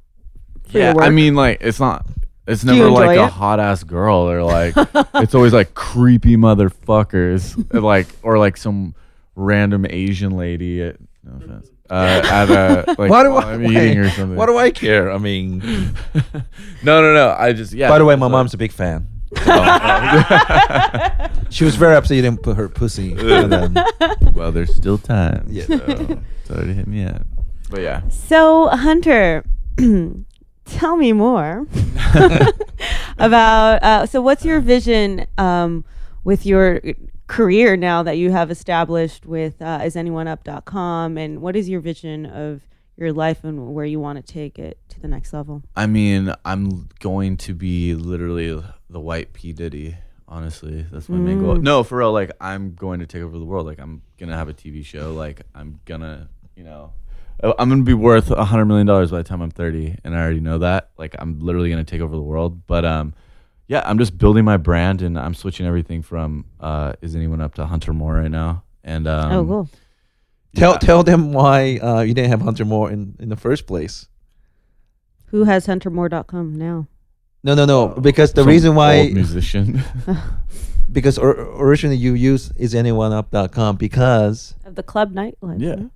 for your Yeah, I work. mean, like, it's not. It's you never like enjoy a it? hot ass girl. (laughs) They're like, it's always like creepy motherfuckers, like or like some random Asian lady. At, no offense. Uh, (laughs) at a like Why do while I- I'm eating or why- something. What do I care? I (laughs) mean, no, no, no. I just yeah. by the way, my so- mom's a big fan. (laughs) well, She was very upset you didn't put her pussy. on (laughs) the- there's still time. Yeah. So, sorry to hit me up. But yeah. So, Hunter, (clears throat) tell me (laughs) more about. Uh, so, what's your vision um, with your career now that you have established with uh, isanyoneup.com? And what is your vision of your life and where you want to take it to the next level? I mean, I'm going to be literally the white P Diddy. Honestly, that's my main Mm. goal. No, for real. Like, I'm going to take over the world. Like, I'm gonna have a TV show. Like, I'm gonna, you know, I- I'm gonna be worth a hundred million dollars by the time I'm 30, and I already know that. Like, I'm literally gonna take over the world. But um, yeah, I'm just building my brand, and I'm switching everything from uh, is anyone up to Hunter Moore right now. And um, oh, cool. tell tell them why uh, you didn't have Hunter Moore in, in the first place. Who has huntermoore.com now? No, no, no. Because the Oh, some reason old why (laughs) musician. (laughs) because or, originally you used isanyoneUp.com because Of the club nightlife. yeah. no?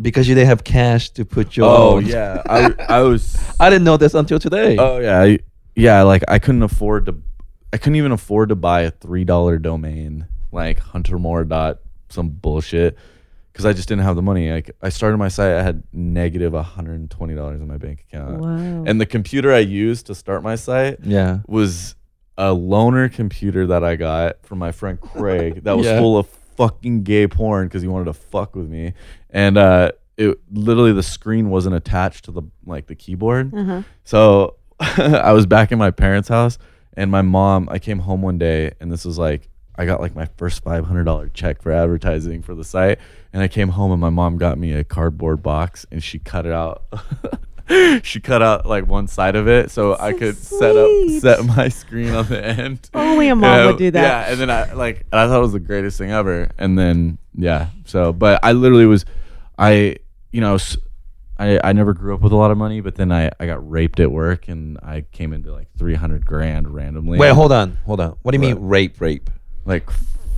because you didn't have cash to put your. Oh own- yeah. I I was I didn't know this until today. Oh yeah, I, yeah. Like I couldn't afford to, I couldn't even afford to buy a three dollar domain like HunterMoore dot some bullshit because I just didn't have the money. Like I started my site, I had negative one hundred and twenty dollars in my bank account, Wow. and the computer I used to start my site yeah. was a loaner computer that I got from my friend Craig that was Yeah. full of fucking gay porn because he wanted to fuck with me, and uh, it literally the screen wasn't attached to the like the keyboard. uh-huh. So (laughs) I was back in my parents' house, and my mom. I came home one day, and this was like I got like my first five hundred dollar check for advertising for the site, and I came home, and my mom got me a cardboard box, and she cut it out. (laughs) she cut out like one side of it, so, I So could sweet. set up set my screen on the end. (laughs) Only a mom Yeah, would do that. Yeah, and then I like and I thought it was the greatest thing ever. And then yeah, so but I literally was, I you know I was, I, I never grew up with a lot of money, but then I, I got raped at work and I came into like 300 grand randomly. Wait, hold on, hold on. What do you mean What? rape, rape? Like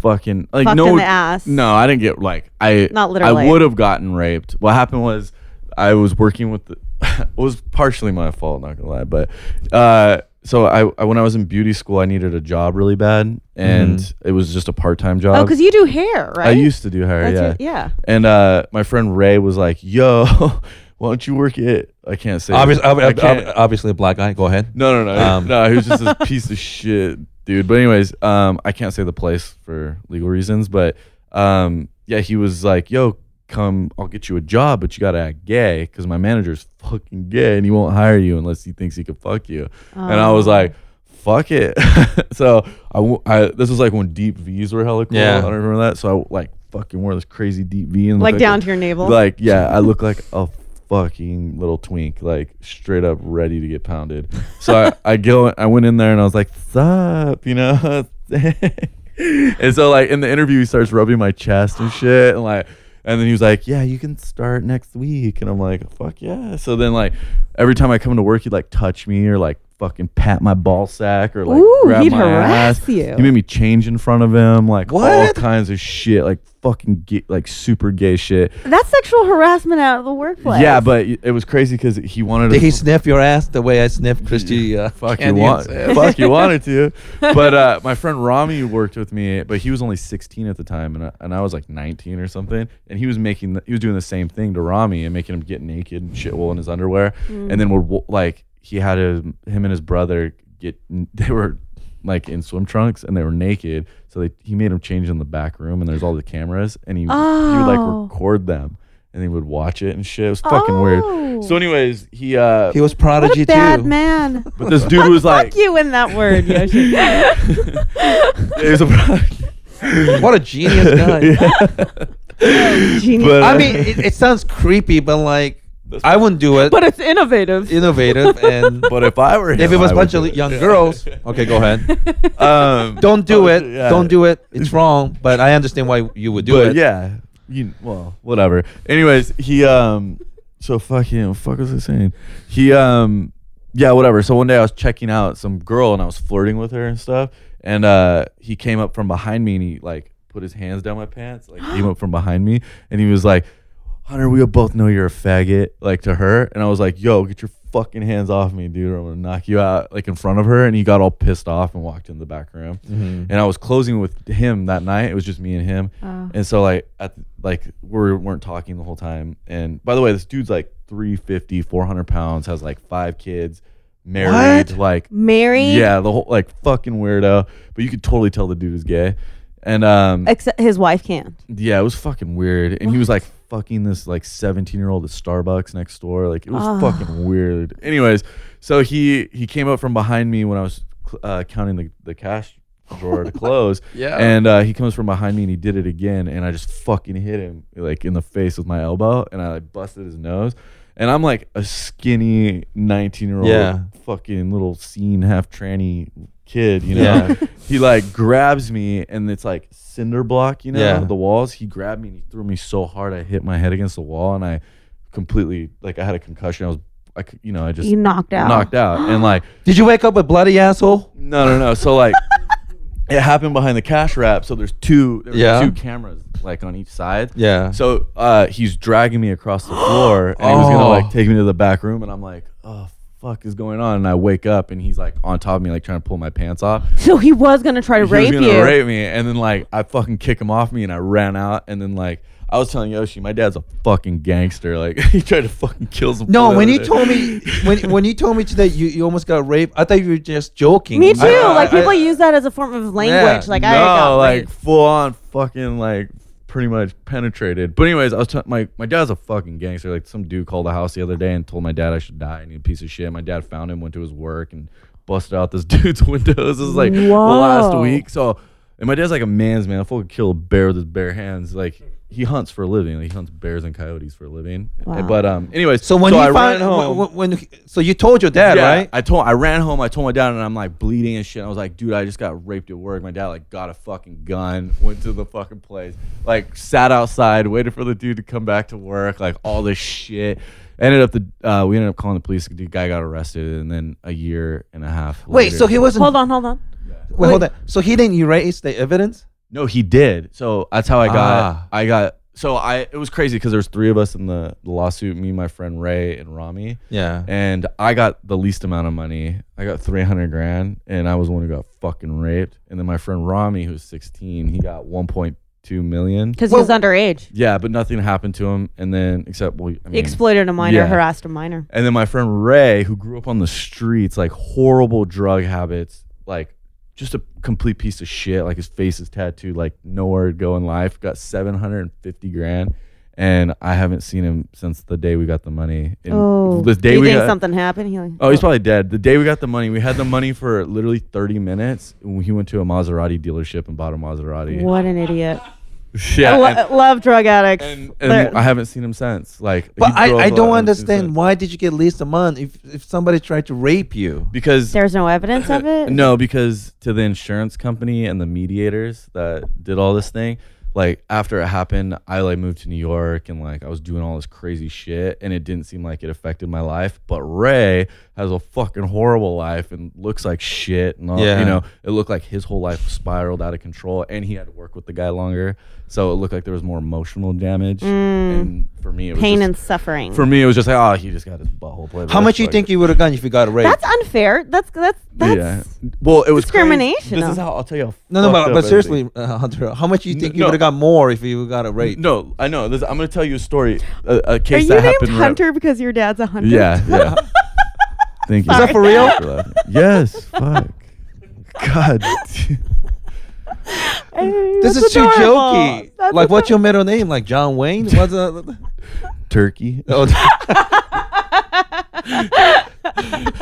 fucking like Fucked no in the ass. No, I didn't get like I Not literally. I would have gotten raped. What happened was I was working with the (laughs) it was partially my fault, not gonna lie, but uh so I, I when I was in beauty school I needed a job really bad and Mm-hmm. it was just a part time job. Oh, because you do hair, right? I used to do hair, That's yeah. your- yeah. And uh, my friend Ray was like, "Yo, (laughs) why don't you work at?" I can't say. Obviously, I ob- can't- ob- obviously, a black guy. Go ahead. no, no, no, Um, no. He was just this (laughs) piece of shit, dude. But anyways, um, I can't say the place for legal reasons, but um, yeah, he was like, "Yo, come, I'll get you a job, but you gotta act gay, because my manager's fucking gay, and he won't hire you unless he thinks he can fuck you." And I was like. Fuck it. (laughs) so I, w- I- this was like when deep V's were hella cool. Yeah. I don't remember that. So I like fucking wore this crazy deep V and Like looked down a- to your navel. like, yeah, I look like a fucking little twink, like straight up ready to get pounded. So I, (laughs) I go, I went in there and I was like, "Sup," you know. (laughs) and so, like in the interview, he starts rubbing my chest and shit, and like, and then he was like, "Yeah, you can start next week," and I'm like, "Fuck yeah!" So then, like, every time I come to work, he'd like touch me or like fucking pat my ball sack or like Ooh, grab he'd my harass ass. you. He made me change in front of him, like all What? kinds of shit, like fucking gay, like super gay shit. That's sexual harassment out of the workplace. Yeah, but it was crazy because he wanted Did to he sniff your ass the way I sniffed Christy? Uh, (laughs) fuck you Candy's want, ass? fuck you wanted (laughs) to. But uh, my friend Rami worked with me, but he was only 16 at the time, and I, and I was like 19 or something. And he was making the, he was doing the same thing to Rami and making him get naked and shit wool in his underwear, Mm. and then would wo- like he had a, him and his brother get (laughs) they were like in swim trunks and they were naked, so they he made him change in the back room, and there's all the cameras, and he he would Oh. like record them. And he would watch it and shit. It was fucking Oh. weird. So, anyways, he uh, He was What prodigy a bad too. (laughs) man. but this dude was like, (laughs) Fuck you in that word, Yoshi. (laughs) It was a- What a genius (laughs) guy. Genius. But, I mean, it, it sounds creepy, but like I wouldn't do it. but it's innovative. (laughs) Innovative and but if I were him, if it was I a would bunch do of it. young girls, okay, go ahead. um, (laughs) Don't do (laughs) Oh, it. yeah. Don't do it. It's wrong. But I understand why you would do but it. yeah, you well, whatever. Anyways, he um, so fucking what the fuck was I saying? He um, yeah, whatever. So one day I was checking out some girl and I was flirting with her and stuff, and uh, he came up from behind me and he like put his hands down my pants, like came up from behind me, and he was like, Hunter, we both know you're a faggot, like to her. And I was like, yo, get your fucking hands off me, dude, or I'm gonna knock you out, like in front of her. And he got all pissed off and walked in the back room. And I was closing with him that night. It was just me and him. And so like at like we weren't talking the whole time. And by the way, this dude's like 350, 400 pounds, has like five kids, married, What? like Mary. yeah, the whole like fucking weirdo. But you could totally tell the dude is gay. And um Except his wife can't. yeah, it was fucking weird. And he was like fucking this like 17 year old at Starbucks next door. Like it was fucking weird. Anyways, so he he came up from behind me when I was cl- uh, counting the, the cash drawer to close. Yeah. And uh, he comes from behind me and he did it again. And I just fucking hit him like in the face with my elbow and I like busted his nose. And I'm like a skinny 19 year old Yeah. fucking little scene half tranny kid, you know? Yeah. he like grabs me and it's like cinder block, you know, Yeah. the walls. He grabbed me and he threw me so hard I hit my head against the wall and I completely like I had a concussion. I was I c- you know, I just You knocked out. (laughs) knocked out and like Did you wake up a bloody asshole? no, no, no. So (laughs) like it happened behind the cash wrap, so there's two there were Yeah. two cameras like on each side. Yeah. So uh, he's dragging me across the floor, (gasps) and he was gonna Oh. like take me to the back room, and I'm like, oh fuck is going on? And I wake up, and he's like on top of me, like trying to pull my pants off. So he was gonna try to he rape was gonna you. rape me, and then like I fucking kick him off me, and I ran out, and then like. I was telling Yoshi, my dad's a fucking gangster. Like (laughs) he tried to fucking kill some. No, people when the you other day. told me (laughs) when when you told me today you, you almost got raped, I thought you were just joking. Me too. I- I- like people I- use that as a form of language. Yeah. like no, I got like raped. full on fucking like pretty much penetrated. But anyways, I was t- my my dad's a fucking gangster. Like some dude called the house the other day and told my dad I should die. And he's a piece of shit. My dad found him, went to his work, and busted out this (laughs) dude's windows. This is like the last Whoa. week. So and my dad's like a man's man. I fucking kill a bear with his bare hands. Like he hunts for a living. Like, he hunts bears and coyotes for a living. Wow. But um, anyways, So when I you ran found home. home, when, when, so you told your dad, Yeah, right? I told I ran home. I told my dad, and I'm like bleeding and shit. I was like, dude, I just got raped at work. My dad like got a fucking gun, went to the fucking place, like sat outside, waited for the dude to come back to work, like all this shit. ended up the uh, we ended up calling the police. The guy got arrested, and then a year and a half. Wait, later- so he wasn't. Hold on, hold on. Wait, hold on. So he didn't erase the evidence. No, he did. So that's how I got. Ah. I got. So I it was crazy because there was three of us in the, the lawsuit. Me, my friend Ray, and Rami. Yeah. And I got the least amount of money. I got three hundred grand, and I was the one who got fucking raped. And then my friend Rami, who's sixteen, he got one point two million. Because he was underage. Yeah, but nothing happened to him. And then except well, I He mean, exploited a minor, yeah. harassed a minor. And then my friend Ray, who grew up on the streets, like horrible drug habits, like just a complete piece of shit. Like his face is tattooed, like nowhere to go in life. Got seven hundred and fifty grand, and I haven't seen him since the day we got the money. And Oh, the day you we think got, something happened? He like, Oh, he's probably dead. The day we got the money, we had the money for literally thirty minutes. He went to a Maserati dealership and bought a Maserati. what an idiot. I Yeah, lo- and- love drug addicts. and, They're- and I haven't seen him since. Like, But he I, drove I a don't lot, I haven't seen him understand since. why did you get least a month if, if somebody tried to rape you? because there's no evidence (laughs) of it. No, because to the insurance company and the mediators that did all this thing, like after it happened, I like moved to New York and like I was doing all this crazy shit and it didn't seem like it affected my life. But Ray has a fucking horrible life and looks like shit and all Yeah. you know, it looked like his whole life spiraled out of control and he had to work with the guy longer. So it looked like there was more emotional damage. And for me it was Mm. pain just- and suffering. for me it was just like, oh he just got his butthole played. How with." much you Like- think you would have gotten if you got raped? that's unfair. That's that's that's. yeah. Well, it was crazy. discrimination. This is how I'll tell you. how no, no, fucked but, up but everything- seriously, uh, Hunter, how much you think you no. would have got more if you got a rape? No, I know. This, I'm going to tell you a story. A, a Are case you that named happened. right- Hunter because your dad's a hunter? yeah, yeah. Thank you. Is that for real? (laughs) yes. Fuck. God. This That's is too adorable. jokey. That's like, what's your middle name? Like John Wayne? What's (laughs) that? Turkey. Oh, (laughs)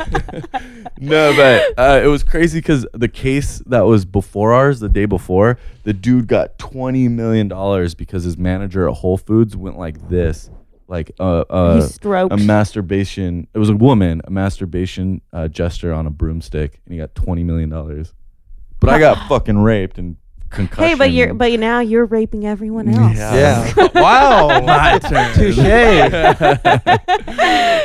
No, but uh, it was crazy because the case that was before ours, the day before, the dude got twenty million dollars because his manager at Whole Foods went like this, like uh, uh, He stroked. a masturbation. It was a woman, a masturbation uh, gesture on a broomstick, and he got twenty million dollars. But (laughs) I got fucking raped and concussion. Hey, but you're but now you're raping everyone (laughs) else. (laughs) yeah. yeah. (laughs) wow. (laughs) My turn. Touche.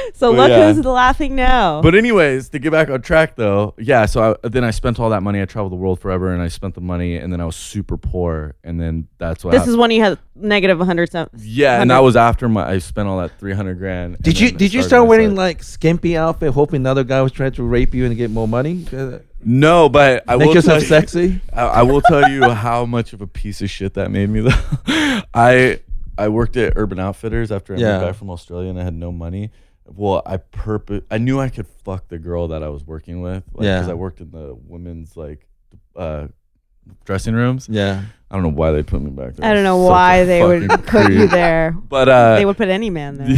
(laughs) So But look yeah. who's laughing now. But anyways, to get back on track though, yeah. So I, then I spent all that money. I traveled the world forever, and I spent the money, and then I was super poor, and then that's what. this happened. is when you had negative 100 something. yeah, and that was after my. I spent all that three hundred grand. and Did you then I did you started start my wearing site. like skimpy outfit, hoping another guy was trying to rape you and get more money? Uh, No, (laughs) but I Make will tell yourself you- sexy. I, I will tell you how much of a piece of shit that made me though. (laughs) I I worked at Urban Outfitters after I Yeah. moved back from Australia and I had no money. Well, I purpose I knew I could fuck the girl that I was working with. Like, Yeah. Because I worked in the women's like uh dressing rooms. Yeah. I don't know why they put me back there. I don't know Such a why they would fucking put you creep. there. But uh they would put any man (laughs) there.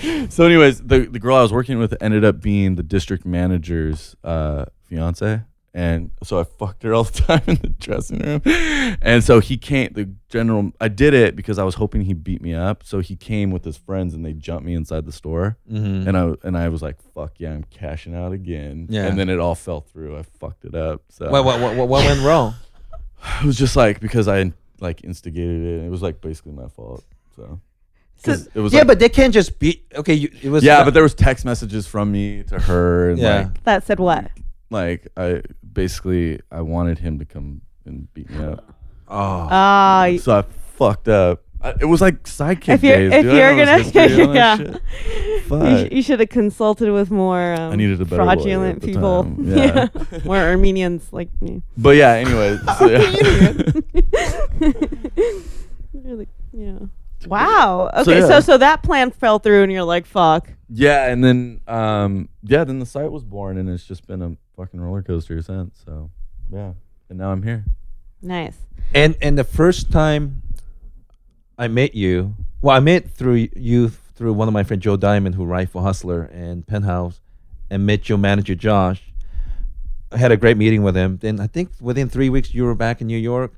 yeah. So, anyways, the, the girl I was working with ended up being the district manager's uh, fiance. And so I fucked her all the (laughs) time in the dressing room. And so he came, the general, I did it because I was hoping he'd beat me up. So he came with his friends and they jumped me inside the store. Mm-hmm. And I and I was like, fuck yeah, I'm cashing out again. Yeah. And then it all fell through. I fucked it up. So What, what, what, what went wrong? it was just like because I like instigated it. It was like basically my fault. So. 'Cause it was Yeah, like- but they can't just be okay. You, it was (laughs) yeah, but there was text messages from me to her, and Yeah. That said what? like, like I basically I wanted him to come and beat me up, oh, Ah, y- so I fucked up. I, it was like sidekick If you're- days. if dude. I you're know this gonna- history (laughs) and all that yeah. shit. you, Fuck. sh- you should have consulted with more um, I needed a better lawyer fraudulent at the people. time. (laughs) Yeah. more Armenians like me. but yeah, anyway, (laughs) so, yeah. Really, yeah. Wow. Okay, so, yeah. so that plan fell through, and you're like, fuck. Yeah, and then um, yeah, then the site was born, and it's just been a fucking roller coaster since. So yeah, and now I'm here. Nice. and and the first time I met you, well, I met through you through one of my friend Joe Diamond, who write for Hustler and Penthouse, and met your manager Josh. I had a great meeting with him. Then I think within three weeks you were back in New York.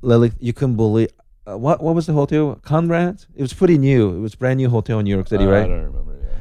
Lily, you couldn't believe uh, what what was the hotel? Conrad. It was pretty new. It was brand new hotel in New York City, Uh, right? I don't remember. Yeah.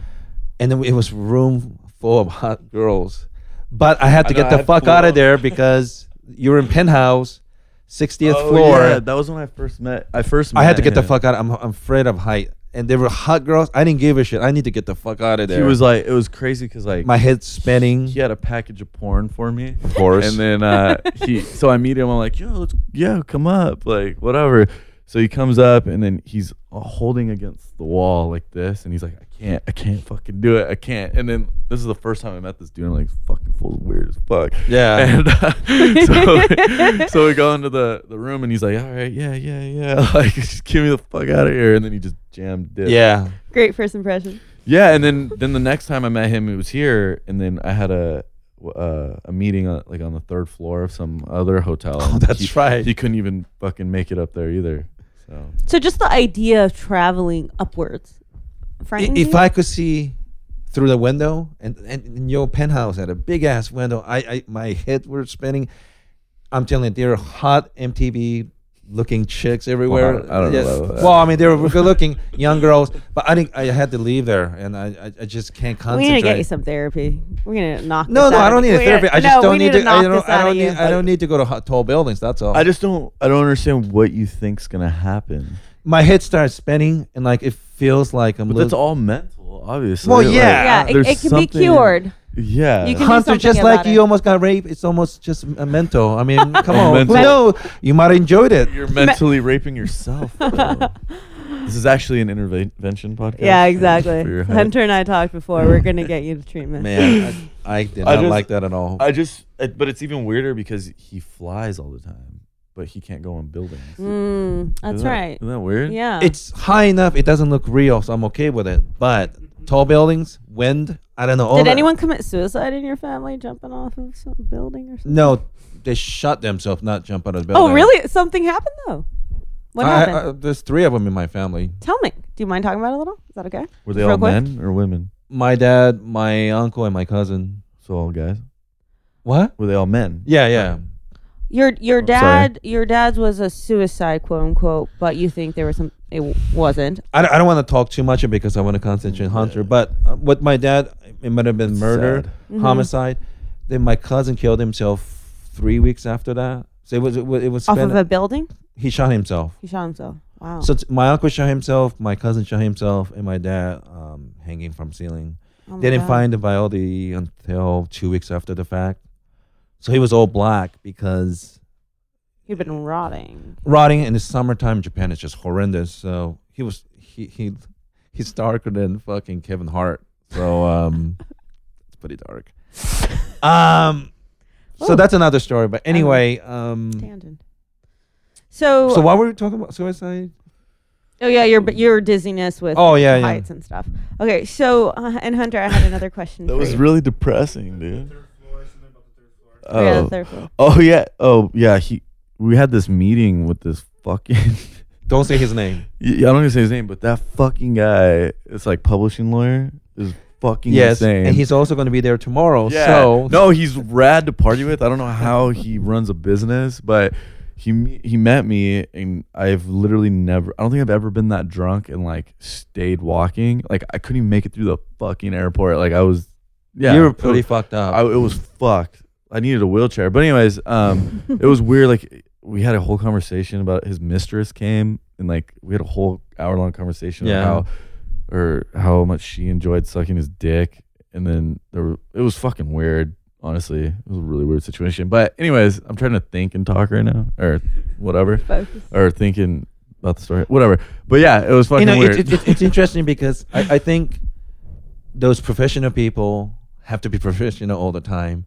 and then it was room full of hot girls. But I had to I know, get I the had fuck full out of on. there because you were in penthouse, 60th Oh, floor. yeah, that was when I first met. I first. I had to met get the him. fuck out. I'm, I'm afraid of height. and they were hot girls. I didn't give a shit. I need to get the fuck out of there. He was like, it was crazy because like my head spinning. he had a package of porn for me. Mm-hmm. of course. And then uh, he, so I meet him. I'm like, yo, let's, yeah, come up, like whatever. So he comes up, and then he's uh, holding against the wall like this, and he's like, I can't, I can't fucking do it, I can't. And then this is the first time I met this dude. I'm like, fucking fool's weird as fuck. Yeah. (laughs) And uh, (laughs) so, so we go into the the room, and he's like, all right, yeah, yeah, yeah, (laughs) like just get me the fuck out of here. And then he just jammed it. yeah, Great first impression. Yeah, and then then the next time I met him, he was here, and then I had a uh, a meeting on, like on the third floor of some other hotel. and that's he- right. He couldn't even fucking make it up there either. So So just the idea of traveling upwards. I- Frightened if you? I could see through the window and, and, and your penthouse had a big ass window, I, I my head were spinning. I'm telling you, they were hot MTV looking chicks everywhere. Well, I- I don't know about that. Well, I mean, they were good looking (laughs) young girls, but I think I had to leave there, and I, I, I just can't we concentrate. need to get you some therapy. We're gonna knock. no, this no, out I of don't need you. a We're therapy. gonna- I just no, don't we need, to. to. I knock don't. this I out of don't need. you. I don't need to go to hot, tall buildings. That's all. I just don't I don't understand what you think's gonna happen. my head starts spinning, and like it feels like I'm. But losing. that's all mental, obviously. Well, Like, yeah. Yeah, it, there's it can be something- cured. Yeah. You can- do Hunter, something just like about you it. almost got raped, it's almost just a mental. I (laughs) mean, come on. mental. No, you might have enjoyed it. You're mentally raping (laughs) yourself. bro. this is actually an intervention podcast. Yeah, for- exactly. for your head. Hunter and I talked before. We're gonna get you to (laughs) treatment. Man, I, I did not I just- like that at all. I just, it, but it's even weirder because he flies all the time, but he can't go in buildings. Mm, that's Isn't that- right. Isn't that weird? Yeah. it's high enough; it doesn't look real, so I'm okay with it. But tall buildings, wind, I don't know. all Did that- anyone commit suicide in your family jumping off of some building or something? No, they shot themselves, not jump out of the building. Oh, really? Something happened though. What I- uh, happened? I- there's three of them in my family. Tell me. Do you mind talking about it a little? Is that okay? Were they Real all quick. men or women? My dad, my uncle, and my cousin. So all guys. What? Were they all men? Yeah, yeah. Your your sorry. dad your dad's was a suicide quote unquote, but you think there was some it w- wasn't. I don't, I don't want to talk too much because I want to concentrate on Hunter. But uh, with my dad, it might have been murder, sad. Mm-hmm. homicide. Then my cousin killed himself three weeks after that. So it was it was, it was Off span- of a Oh. building? he shot himself. He shot himself. Wow. So it's, my uncle shot himself, my cousin shot himself, and my dad um, hanging from ceiling. Oh my they didn't God. find the body until two weeks after the fact. So he was all black because He'd been rotting. rotting in the summertime in Japan is just horrendous. So he was he he he's darker than fucking Kevin Hart. So um it's pretty dark. (laughs) Um so Oh. that's another story. But anyway, um Tangent. So, so why were we talking about suicide? oh yeah, your your dizziness with Oh, yeah, yeah. heights and stuff. Okay, so uh, and Hunter, I had another question. (laughs) That for was you. really depressing, dude. Oh. Yeah, the third floor. oh yeah. Oh yeah. He. We had this meeting with this fucking. (laughs) Don't say his name. Yeah, I don't even say his name, but that fucking guy. It's like publishing lawyer is fucking yes. insane. And he's also gonna be there tomorrow. Yeah. So no, he's rad to party with. I don't know how he runs a business, but he me- he met me and I've literally never. I don't think I've ever been that drunk and like stayed walking. Like I couldn't even make it through the fucking airport. Like I was. Yeah, you were it pretty was- fucked up. I, it was fucked. I needed a wheelchair. But anyways, um, it was weird. Like we had a whole conversation about his mistress came and like we had a whole hour long conversation Yeah. about how or how much she enjoyed sucking his dick. And then there were, it was fucking weird. Honestly, it was a really weird situation. But anyways, I'm trying to think and talk right now, or whatever, Focus. or thinking about the story, whatever. But yeah, it was you fucking know, weird. it, it, it- it's interesting because I, I think those professional people have to be professional all the time.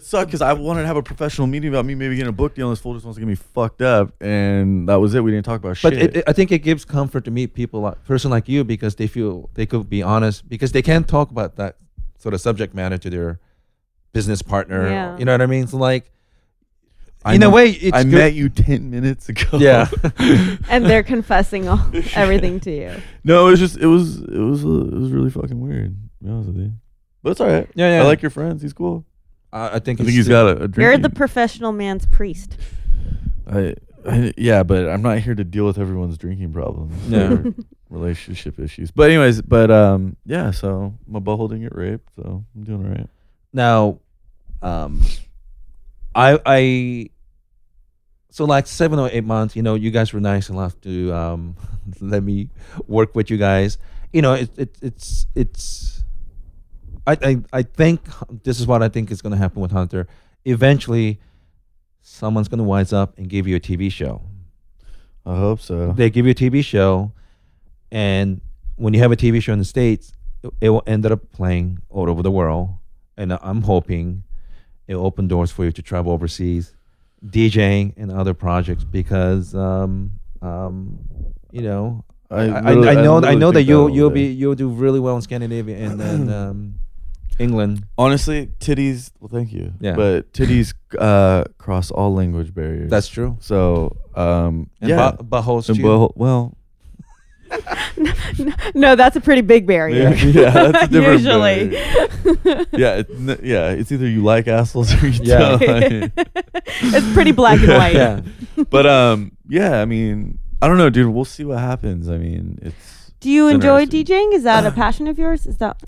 sucked because I wanted to have a professional meeting about me maybe getting a book deal, and this fool just wants to get me fucked up, and that was it. We didn't talk about But shit. it, it- I think it gives comfort to meet people, like, person like you, because they feel they could be honest because they can't talk about that sort of subject matter to their business partner. Yeah. You know what I mean? So like, I in a met- way, it's I good- met you ten minutes (laughs) ago. Yeah. And they're confessing (laughs) all everything to you. no, it was just it was it was uh, it was really fucking weird. To be honest with you, but it's all right. Yeah, yeah. I like your friends. He's cool. I, I think I it's think he's got a, a drink. You're the professional man's priest. I, I, yeah, but I'm not here to deal with everyone's drinking problems. Yeah. or relationship issues. But anyways, but um, yeah. So my butthole didn't get raped, so I'm doing all right. now. Um, I I so like seven or eight months, you know, you guys were nice enough to um, (laughs) let me work with you guys. You know, it, it it's it's. I, I I think this is what I think is going to happen with Hunter. Eventually, someone's going to wise up and give you a TV show. I hope so. They give you a TV show, and when you have a TV show in the states, it- it will end up playing all over the world. And I'm hoping it will open doors for you to travel overseas, DJing and other projects because um, um, you know I, I, literally- I know I, literally know that think you will you'll be be- you'll do really well in Scandinavia and, (clears throat) and um, England. honestly titties. Well, thank you. Yeah. (laughs) but titties uh, cross all language barriers. That's true. so. Um, And yeah. bu- buttholes And too. bu- well, No, that's a pretty big barrier. (laughs) Yeah, that's a different Usually. yeah, it's, n- yeah. It's either you like assholes or you Yeah. (laughs) don't. (laughs) it's pretty (laughs) black and white. yeah. but um, yeah. I mean, I don't know, dude. We'll see what happens. I mean, it's Do you enjoy Interesting. DJing? Is (clears throat) that a passion of yours? Is that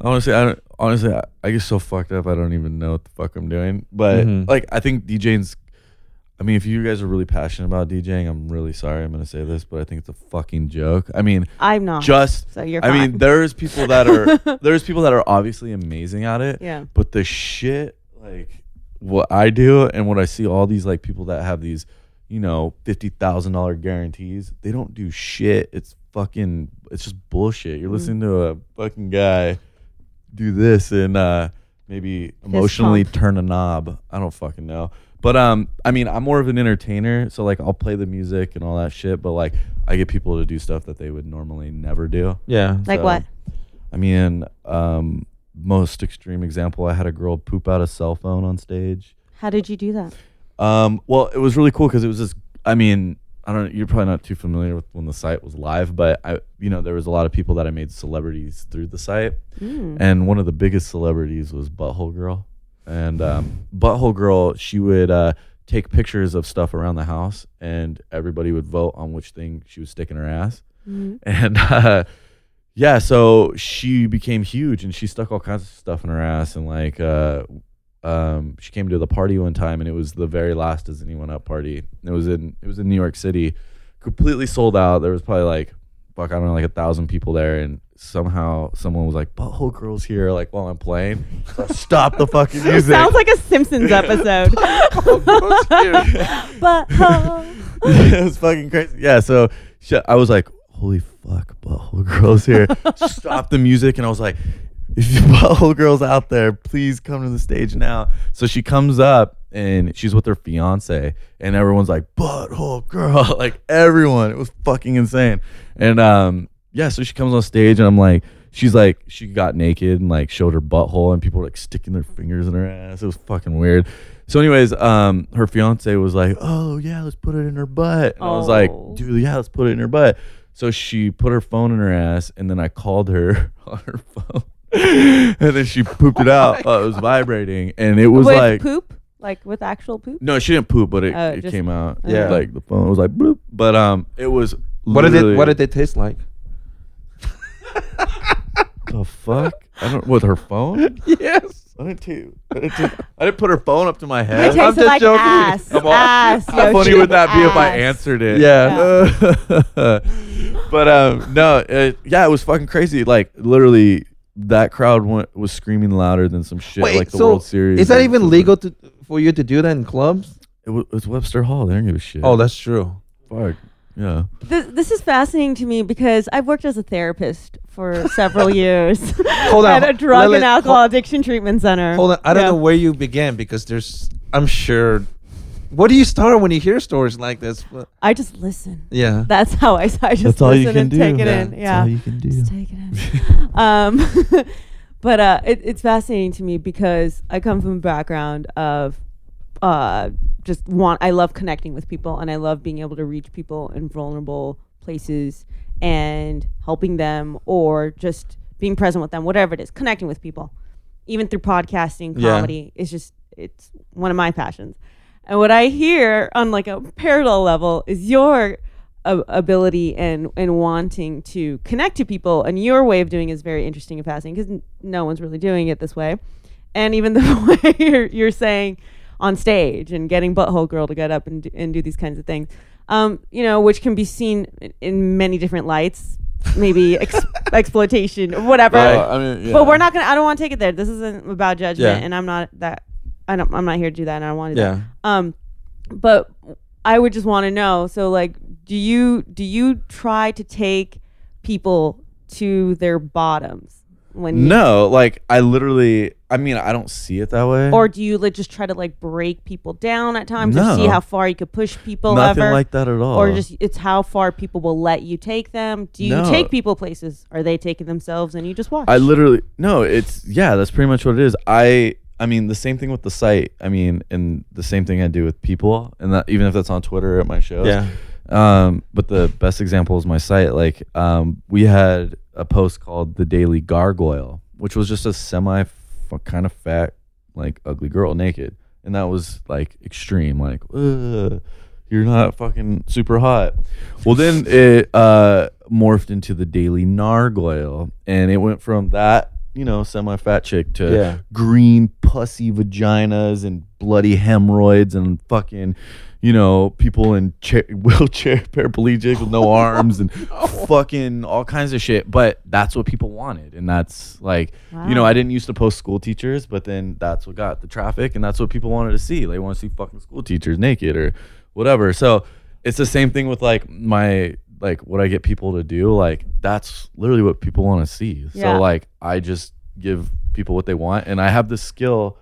honestly, I don't. Honestly, I, I get so fucked up. I don't even know what the fuck I'm doing. But Mhm. like, I think DJing's. I mean, if you guys are really passionate about DJing, I'm really sorry. I'm gonna say this, but I think it's a fucking joke. I mean, I'm not. just Uh-huh. so you're I fine. mean, there's people that are (laughs) there's people that are obviously amazing at it. Yeah. But the shit like what I do and what I see all these like people that have these, you know, fifty thousand dollar guarantees, they don't do shit. It's fucking it's just bullshit. Mm. You're listening to a fucking guy do this and uh maybe emotionally pump. turn a knob. I don't fucking know. But um I mean I'm more of an entertainer, so like I'll play the music and all that shit, but like I get people to do stuff that they would normally never do. Yeah. like so- what? I mean, um, most extreme example, I had a girl poop out a cell phone on stage. How did you do that? Um, well, it was really cool because it was this. I mean, I don't. You're probably not too familiar with when the site was live, but I, you know, there was a lot of people that I made celebrities through the site, and one of the biggest celebrities was Butthole Girl, and um, Butthole Girl, she would. Uh, Take pictures of stuff around the house, and everybody would vote on which thing she was sticking her ass. (laughs) And uh, yeah, so she became huge and she stuck all kinds of stuff in her ass and like uh um she came to the party one time and it was the very last Does Anyone Up party. It was in it was in New York City. Completely sold out. There was probably like fuck, I don't know, like a thousand people there and somehow someone was like, Butthole girls here like while I'm playing. (laughs) So I stopped the fucking music. Sounds like a (laughs) Simpsons episode. (laughs) but oh, it was fucking crazy. Yeah, so sh- I was like, holy fuck, butthole girls here. Stop the music. And I was like, if you (laughs) butthole girls out there, please come to the stage now. So she comes up and she's with her fiance, and everyone's like, butthole girl. (laughs) Like, everyone. It was fucking insane. And um, yeah, so she comes on stage, and I'm like, she's like, she got naked and like showed her butthole, and people were like sticking their fingers in her ass. It was fucking weird. So, anyways, um, her fiance was like, "Oh yeah, let's put it in her butt," and I was like, Oh. "Dude, yeah, let's put it in her butt." So she put her phone in her ass, and then I called her (laughs) on her phone, and then she pooped Oh it out. while it was vibrating, and it was with like poop, like with actual poop. no, she didn't poop, but it, Oh, it just- came out. Yeah. like the phone was like bloop, but um, it was What did it literally- What did it taste like? the fuck? I don't with her phone. Yes. I didn't take. I didn't, take- I didn't put her phone up to my head. It tasted like ass. I'm all- ass. How funny Yoshi, would that be if I ass. answered it? Yeah. (laughs) but um, no, it, yeah, it was fucking crazy. Like literally, that crowd went, was screaming louder than some shit like the World Series. is that or even something. legal to for you to do that in clubs? It was, it's Webster Hall. They don't give a shit. Oh, that's true. fuck. Yeah. This, this is fascinating to me because I've worked as a therapist (laughs) for several years Hold on, (laughs) at a drug let- let- and alcohol hol- addiction treatment center. Hold on, I don't Yeah. know where you began because there's. I'm sure. What do you start when you hear stories like this? But- I just listen. Yeah. That's how I, I just That's listen all you can and do. take it Yeah. in. That's Yeah. all you can do. Just take it in. um, (laughs) but uh, it, it's fascinating to me because I come from a background of uh, just want. I love connecting with people, and I love being able to reach people in vulnerable places and helping them, or just being present with them. Whatever it is, connecting with people, even through podcasting, Yeah. comedy is just it's one of my passions. And what I hear on like a parallel level is your a- ability and and wanting to connect to people and your way of doing is very interesting and (laughs) fascinating because no one's really doing it this way and even the way you're, you're saying on stage and getting Butthole Girl to get up and do, and do these kinds of things. Um, you know, which can be seen in, in many different lights, maybe ex- (laughs) exploitation or whatever. Well, I mean, yeah. But we're not gonna. I don't want to take it there. This isn't about judgment, Yeah. and I'm not that. I don't. I'm not here to do that, and I don't want to. Yeah. That. Um, but I would just want to know. So, like, do you do you try to take people to their bottoms when you, No, like I literally. I mean, I don't see it that way. or do you like just try to like break people down at times to see No. how far you could push people nothing ever? like that at all. or just it's how far people will let you take them. Do you No. take people places? Are they taking themselves and you just watch? I literally no. It's yeah. That's pretty much what it is. I I mean the same thing with the site. I mean, and the same thing I do with people, and that even if that's on Twitter or at my shows. Yeah. Um, but the best example is my site. Like, um, we had a post called "The Daily Gargoyle," which was just a semi, f- kind of fat, like ugly girl naked, and that was like extreme. Like, "Ugh, you're not fucking super hot. Well, then it uh, morphed into the Daily Nargoyle, and it went from that, you know, semi-fat chick to Yeah. green pussy vaginas and bloody hemorrhoids and fucking you know people in chair, (laughs) wheelchair paraplegics (laughs) with no arms and fucking all kinds of shit but that's what people wanted and that's like you know Wow. i didn't used to post school teachers but then that's what got the traffic and that's what people wanted to see they want to see fucking school teachers naked or whatever so it's the same thing with like my like what i get people to do like that's literally what people want to see Yeah. so like i just give people what they want and i have the skill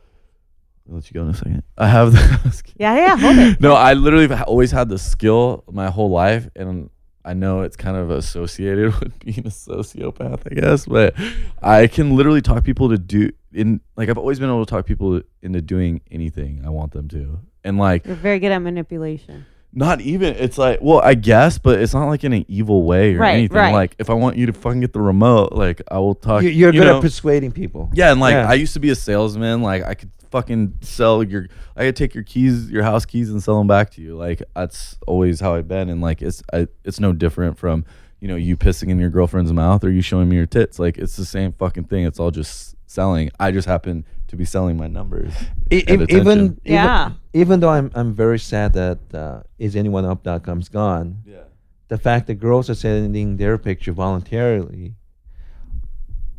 I'll let you go in a second i have the (laughs) yeah, yeah, hold it. no, I literally have always had the skill my whole life, and I know it's kind of associated (laughs) with being a sociopath, I guess. But I can literally talk people to do in like I've always been able to talk people into doing anything I want them to, and like You're very good at manipulation. not even it's like well I guess, but it's not like in an evil way or Right, anything. right. Like if I want you to fucking get the remote, like I will talk. You- You're you good know- at persuading people. yeah, and like Yeah. I used to be a salesman. Like I could fucking sell your, I could take your keys, your house keys, and sell them back to you. Like that's always how I've been, and like it's I, it's no different from you know you pissing in your girlfriend's mouth or you showing me your tits. Like it's the same fucking thing. It's all just selling. I just happen to be selling my numbers. E- and e- attention. even, Yeah. even even though I'm I'm very sad that uh, is anyone up.com's gone. yeah, The fact that girls are sending their picture voluntarily,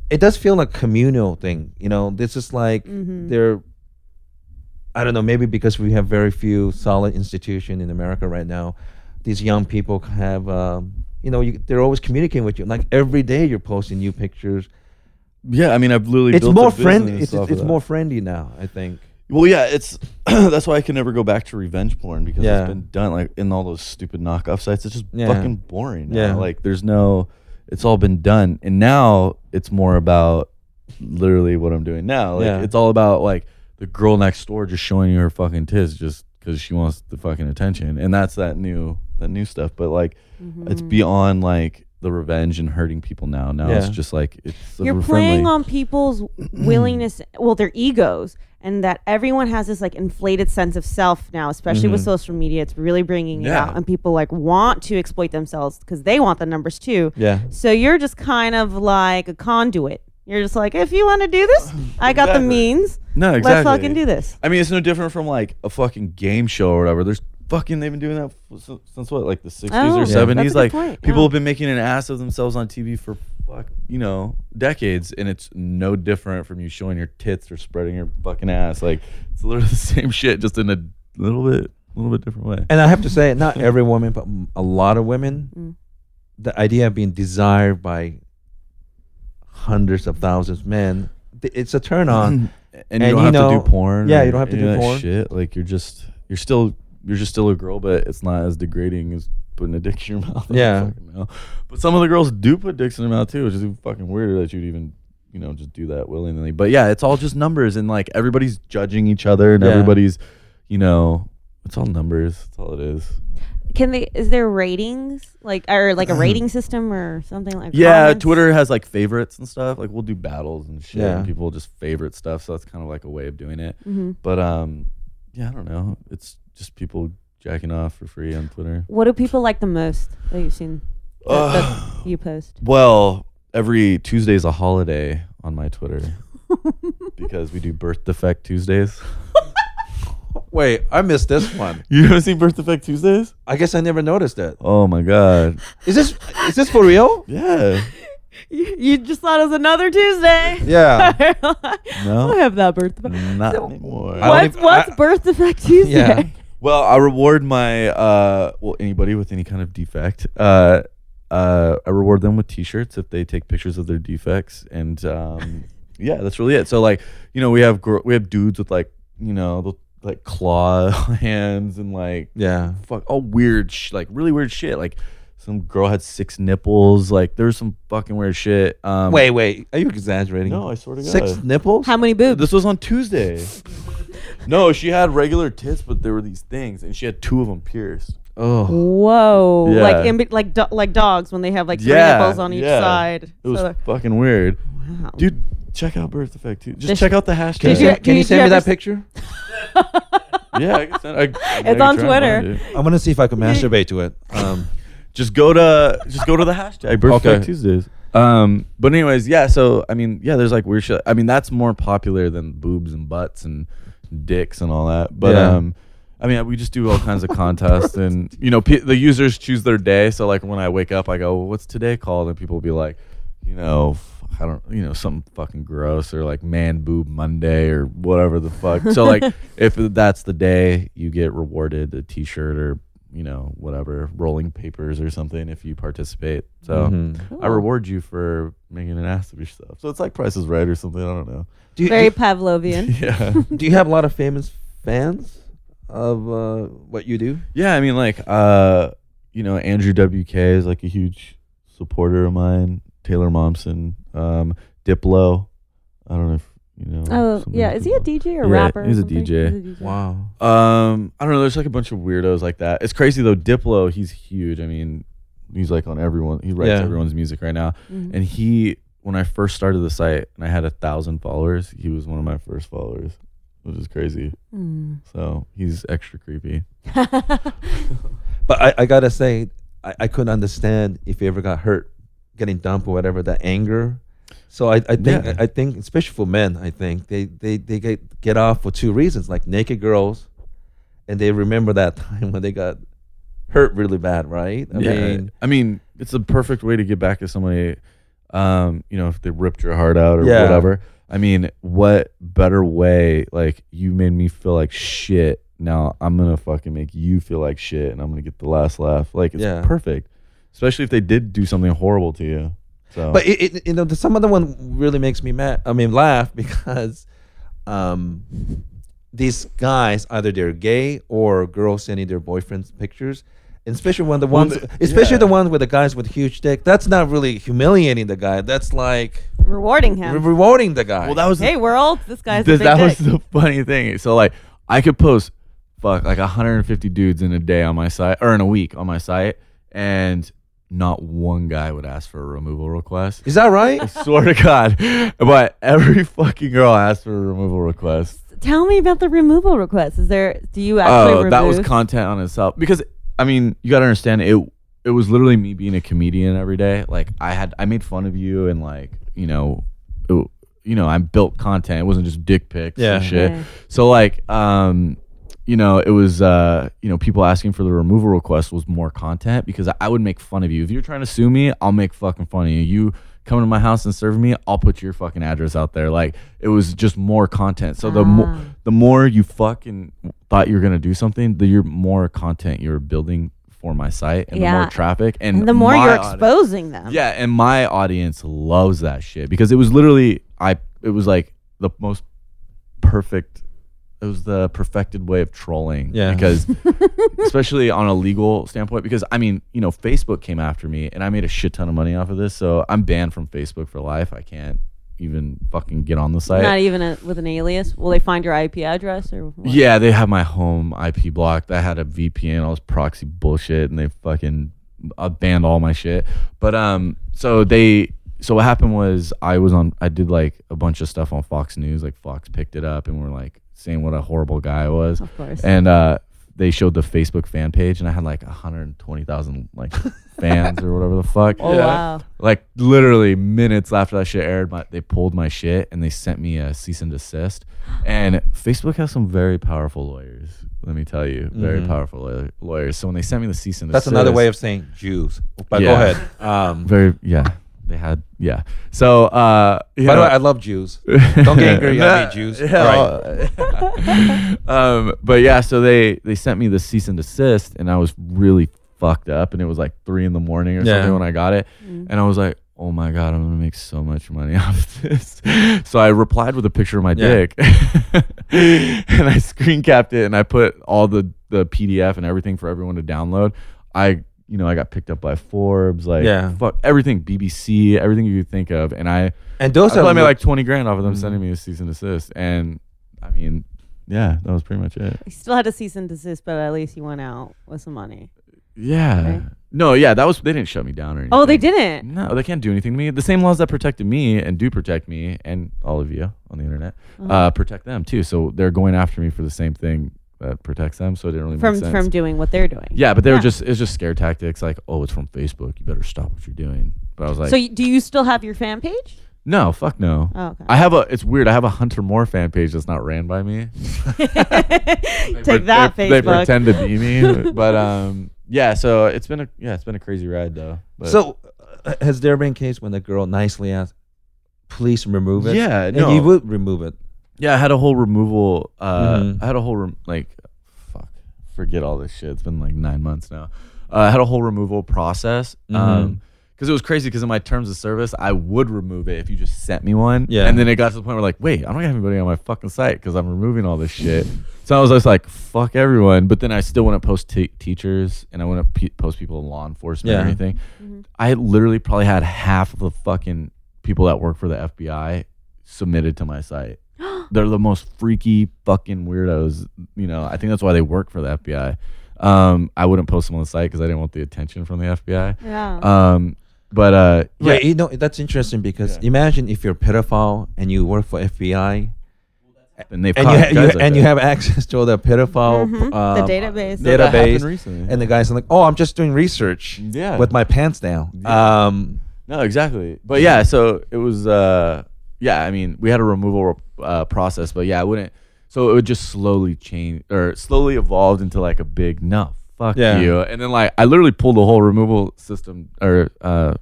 it does feel like communal thing. You know, this is like they're. I don't know. Maybe because we have very few solid institution in America right now, these young people have. Um, you know, you, they're always communicating with you. Like every day, you're posting new pictures. yeah. I mean, I've literally It's built a more business friendly. It's, off it's, of it's that. more friendly now. I think. Well, yeah, it's (clears throat) that's why I can never go back to revenge porn because Yeah. it's been done like in all those stupid knockoff sites. It's just Yeah. fucking boring. Now. Yeah. like there's no, it's all been done, and now it's more about literally what I'm doing now. Like Yeah. it's all about like the girl next door just showing you her fucking tits just because she wants the fucking attention, and that's that new that new stuff. But like, it's Mm-hmm. beyond like the revenge and hurting people now. Now it's Yeah. just like it's You're playing on (clears throat) people's willingness, well, their egos, and that everyone has this like inflated sense of self now, especially with social media. It's really bringing it Mm-hmm. Yeah. out, and people like want to exploit themselves because they want the numbers too. Yeah. So you're just kind of like a conduit. You're just like, if you want to do (laughs) this, I got the Exactly. means. No, exactly. Let's fucking do this. I mean, it's no different from like a fucking game show or whatever. There's fucking they've been doing that f- since, since what, like the '60s Oh, or that's a '70s. good like point, people yeah. have been making an ass of themselves on TV for fuck, you know, decades, and it's no different from you showing your tits or spreading your fucking ass. Like it's literally (laughs) the same shit, just in a little bit, little bit different way. and I have to say, not every woman, but m- a lot of women, Mm. the idea of being desired by hundreds of thousands of men, th- it's a turn on. (laughs) and And you don't you have know- to do porn. yeah, or you don't have to any of do that porn. Shit, like you're just you're still you're just still a girl, but it's not as degrading as putting a dick in your (laughs) mouth. I don't Yeah. fucking know. but some of the girls do put dicks in their mouth too, which is even fucking weirder that you'd even you know just do that willingly. But yeah, it's all just numbers, and like everybody's judging each other, and Yeah. everybody's you know it's all numbers. That's all it is. Can they? Is there ratings like or (clears throat) like a rating system or something like? Yeah, comments? Twitter has like favorites and stuff. Like we'll do battles and shit, Yeah. and people just favorite stuff. So that's kind of like a way of doing it. But um, yeah, I don't know. It's just people jacking off for free on Twitter. What do people like the most that you've seen that, that you post? Well, every Tuesday's a holiday on my Twitter because we do birth defect Tuesdays. (laughs) wait, I missed this one. (laughs) You haven't seen Birth Defect Tuesdays? I guess I never noticed that. Oh my god. Is this is this for real? Yeah. You, you just thought it was another Tuesday. (laughs) Yeah. (laughs) I No. e- have that birth defect. Not anymore. I don't What's, even- what's I- birth defect Tuesday? Yeah. Well, I reward my uh well anybody with any kind of defect. Uh uh I reward them with t-shirts if they take pictures of their defects and um yeah, that's really it. So like, you know, we have gr- we have dudes with like, you know, the, like claw (laughs) hands and like (laughs) Yeah. fuck all weird sh- like really weird shit. Like some girl had six nipples. Like there's some fucking weird shit. Um Wait, wait. Are you exaggerating? No, I swear to Six God. nipples? How many boobs? This was on Tuesday. no, she had regular tits, but there were these things, and she had two of them pierced. oh. Whoa! Yeah. Like in, be- like do- like dogs when they have like three Yeah, nipples on each yeah. side. It was So- fucking weird, wow. dude. Check out Birth Effect too. Just Did check you- out the Can, hashtag. Did you, you- can you did send me you ever that s- picture? yeah, I can send, I, I (laughs) can It's on try and find Twitter. it. I'm gonna see if I can masturbate to it. Um, Just go to just go to the hashtag Birth Okay. Effect Tuesdays. Um, but anyways, yeah. So I mean, yeah, there's like weird shit. I mean, that's more popular than boobs and butts and dicks and all that. But Yeah. um, I mean, we just do all kinds of contests, and you know, pe the users choose their day. So like when I wake up, I go, well, "What's today called?" And people will be like, you know. f- I don't, you know, something fucking gross or like man boob Monday or whatever the fuck. So like, if that's the day, you get rewarded a T-shirt or you know whatever rolling papers or something if you participate. So Mm-hmm. I reward you for making an ass of yourself. So it's like Price is Right or something. I don't know. do, you, Very (laughs) Pavlovian. Yeah. do you have a lot of famous fans of uh, what you do? yeah. I mean, like, uh, you know, Andrew WK is like a huge supporter of mine. Taylor Momsen, um, Diplo. I don't know if you know. Oh some of yeah, these is he a people. DJ or Yeah, rapper? or he's a something? DJ. Wow. Um, I don't know. There's like a bunch of weirdos like that. It's crazy though. Diplo, he's huge. I mean, he's like on everyone. He writes Yeah. everyone's music right now. Mhm. And he, when I first started the site and I had a thousand followers, he was one of my first followers, which is crazy. Mm. So he's extra creepy. Hmm. But I, I gotta say, I, I couldn't understand if you ever got hurt, getting dumped or whatever, that anger. So I, I think Yeah. I think especially for men, I think they, they, they get get off for two reasons, like naked girls, and they remember that (laughs) time when they got hurt really bad, right? I mean, I mean, it's the perfect way to get back at somebody. Um, you know, if they ripped your heart out or Yeah. whatever. I mean, what better way? Like, you made me feel like shit. Now I'm gonna fucking make you feel like shit, and I'm gonna get the last laugh. Like, it's Yeah. perfect, especially if they did do something horrible to you. So, But it, it, you know, the, some of the one really makes me mad. I mean, laugh (laughs) because um, these guys either they're gay or girls sending their boyfriends pictures, and especially when the ones, the- especially yeah. the ones with the guys with huge dick. That's not really humiliating the guy. That's like (laughs) Rewarding re- him. rewarding the guy. well, that was the hey, world, this guy's Th- a big that was dick. the funny thing. So like I could post fuck like 150 dudes in a day on my site or in a week on my site, and not one guy would ask for a removal request. (laughs) is that right? Swear to God, but every fucking girl asked for a removal request. Tell me about the removal request. Is there? Do you actually? Oh, that was remove- content on itself because I mean you gotta understand it. It was literally me being a comedian every day. Like I had I made fun of you and like you know, it, you know I built content. It wasn't just dick pics Yeah. and shit. Yeah. So like um you know it was uh you know people asking for the removal request was more content because I would make fun of you. If you're trying to sue me, I'll make fucking fun of you. You come to my house and serve me, I'll put your fucking address out there. Like it was just more content. So the Ah. more the more you fucking thought you were gonna do something, the your more content you're building for my site and the Yeah. more traffic and, and the more you're my audi- exposing them. yeah, and my audience loves that shit because it was literally I it was like the most perfect it was the perfected way of trolling. Yeah. Because (laughs) especially on a legal standpoint, because I mean, you know, Facebook came after me and I made a shit ton of money off of this. So I'm banned from Facebook for life. I can't even fucking get on the site. Not even a, with an alias. Will they find your IP address or? What? Yeah, they have my home IP blocked. I had a VPN, all this proxy bullshit, and they fucking uh, banned all my shit. But um, so they, so what happened was I was on, I did like a bunch of stuff on Fox News, like Fox picked it up and were like saying what a horrible guy I was. Of course. And uh, they showed the Facebook fan page, and I had like 120,000 (laughs) like fans or whatever the fuck. Oh wow. Like literally minutes after that shit aired, my, they pulled my shit and they sent me a cease and desist. And Facebook has some very powerful lawyers. Let me tell you, very powerful lawyer, lawyers. So when they sent me the cease and Mm-hmm. That's desist, another way of saying Jews. But go Yeah. ahead. Um, very yeah. They had yeah. So uh, you by the know- way, I love Jews. Don't (laughs) get angry (laughs) at me, Jews. Right. um, but yeah, so they they sent me the cease and desist, and I was really fucked up, and it was like three in the morning or Yeah. something when I got it, and I was like, oh my god, I'm gonna make so much money (laughs) off this. So I replied with a picture of my Yeah. dick, (laughs) and I screen capped it, and I put all the the PDF and everything for everyone to download. I you know I got picked up by Forbes, like Yeah. fuck everything, BBC, everything you could think of, and I. And those I are probably made like twenty grand off of them sending me a cease and desist, and I mean, yeah, that was pretty much it. You still had a cease and desist, but at least you went out with some money. Yeah. No, yeah, that was they didn't shut me down or anything. Oh, they didn't. No, they can't do anything to me. The same laws that protected me and do protect me and all of you on the internet Uh-huh. uh, protect them too. So they're going after me for the same thing that protects them. So it didn't really From make sense. from doing what they're doing. yeah, but they were just it's just scare tactics like, oh, it's from Facebook. You better stop what you're doing. But I was like, so y- do you still have your fan page? no, fuck no. Oh, okay. (laughs) I (laughs) have a. It's weird. I have a Hunter Moore fan page that's not ran by me. Take But that Facebook. they, They pretend to (laughs) be me, but um, yeah. So it's been a yeah, it's been a crazy ride though. But So, uh, has there been case when the girl nicely asked, "Please remove it"? Yeah, and no. you would remove it. yeah, I had a whole removal. Uh, Mhm. I had a whole rem- like, fuck, forget all this shit. It's been like nine months now. Uh, I had a whole removal process. Um, because it was crazy. Because in my terms of service, I would remove it if you just sent me one. Yeah. And then it got to the point where like, wait, I don't have anybody on my fucking site because I'm removing all this shit. so I was just like, fuck everyone. But then I still wouldn't post te- teachers and I wouldn't pe- post people in law enforcement or Yeah. anything. I literally probably had half of the fucking people that work for the FBI submitted to my site. They're the most freaky fucking weirdos. You know, I think that's why they work for the FBI. Um, I wouldn't post them on the site because I didn't want the attention from the FBI. yeah. Um, but uh, yeah, Right. You know that's interesting because imagine if you're a pedophile and you work for FBI and they've and caught you, ha- you guys and like you that. have access to all the pedophile Mhm. um, the database. No, that happened database, recently. and the guys are like, "Oh, I'm just doing research Yeah. with my pants down." Um, No, exactly. But yeah, so it was. Uh, yeah, I mean, we had a removal uh, process, but yeah, I wouldn't. So it would just slowly change or slowly evolved into like a big no, fuck Yeah. you, and then like I literally pulled the whole removal system or uh,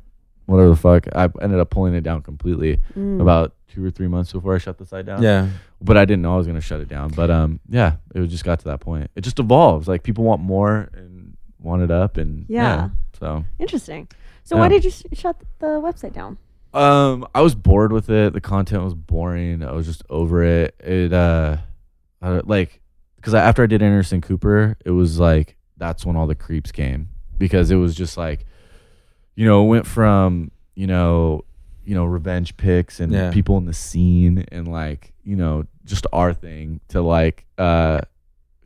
whatever the fuck. I ended up pulling it down completely about two or three months before I shut the site down. yeah. but I didn't know I was gonna shut it down. But um, yeah, it was- just got to that point. It just evolves. Like people want more and want it up, and Yeah. yeah so Interesting. So Yeah. why did you sh- shut the website down? Um, I was bored with it. The content was boring. I was just over it. It uh, I, don't- like, because I, after I did Anderson Cooper, it was like that's when all the creeps came because it was just like, you know, it went from you know, you know, revenge pics and Yeah. people in the scene and like you know just our thing to like uh,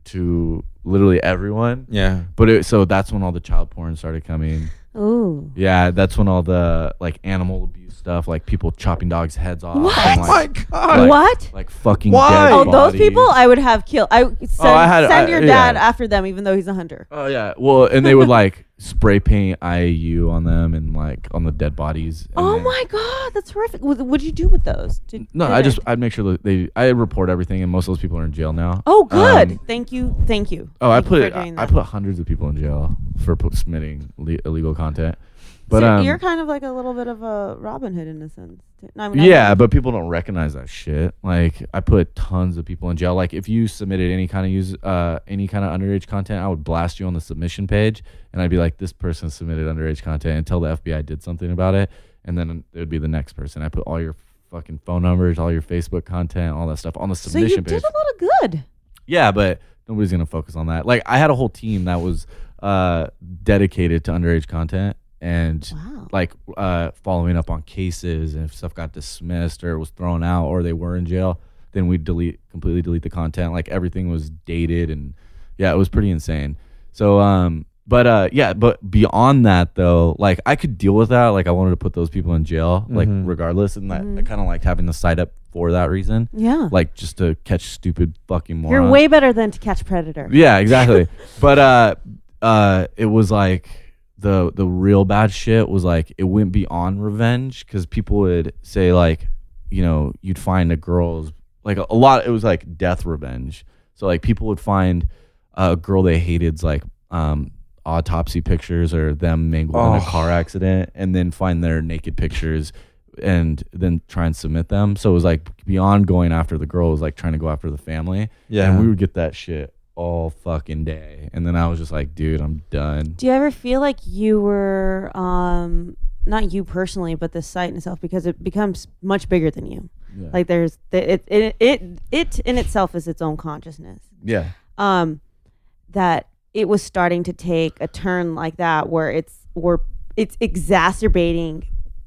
to literally everyone. Yeah. But it, so that's when all the child porn started coming. Ooh. Yeah, that's when all the like animal abuse stuff, like people chopping dogs' heads off. What? and, like, God. Like- what? like fucking Why? dead Oh, those bodies. people I would have killed. I would send, Oh, I had- send I- your yeah. dad after them, even though he's a hunter. Oh yeah. Well, and they would like spray paint IAU on them and like on the dead bodies. and Oh then- my God, that's horrific. What would you do with those? Did, No, did I it- just I'd make sure that they I report everything, and most of those people are in jail now. Oh, good. Um, thank you. Thank you. oh, I Thank you put for it. I, doing I that. put hundreds of people in jail for pu- submitting le- illegal content. But so um, you're kind of like a little bit of a Robin Hood in a sense. No, I mean, I Yeah, but people don't recognize that shit. Like I put tons of people in jail. Like if you submitted any kind of use uh any kind of underage content, I would blast you on the submission page and I'd be like, This person submitted underage content until the FBI did something about it and then it would be the next person. I put all your fucking phone numbers, all your Facebook content, all that stuff on the So you submission did a page. lot of good. Yeah, but nobody's gonna focus on that. Like I had a whole team that was uh dedicated to underage content and Wow. like uh following up on cases and if stuff got dismissed or was thrown out or they were in jail, then we'd delete completely delete the content. Like everything was dated and yeah, it was pretty insane. So um But uh, yeah, but beyond that though, like I could deal with that. Like I wanted to put those people in jail, like regardless, and that Mm-hmm. I kind of liked having the site up for that reason. Yeah. like just to catch stupid fucking morons. You're way better than to catch predator. Yeah, exactly. but uh uh it was like the the real bad shit was like it went beyond revenge cuz people would say like, you know, you'd find a girl's like a, a lot it was like death revenge. So like people would find a girl they hated's like um autopsy pictures or them mangled in a car accident and then find their naked pictures and then try and submit them. So it was like beyond going after the girl, it was like trying to go after the family. Yeah. And we would get that shit all fucking day. And then I was just like, dude, I'm done. Do you ever feel like you were um not you personally, but the site in itself because it becomes much bigger than you. Like there's it, it it it in itself is its own consciousness. Yeah. um, that it was starting to take a turn like that where it's where it's exacerbating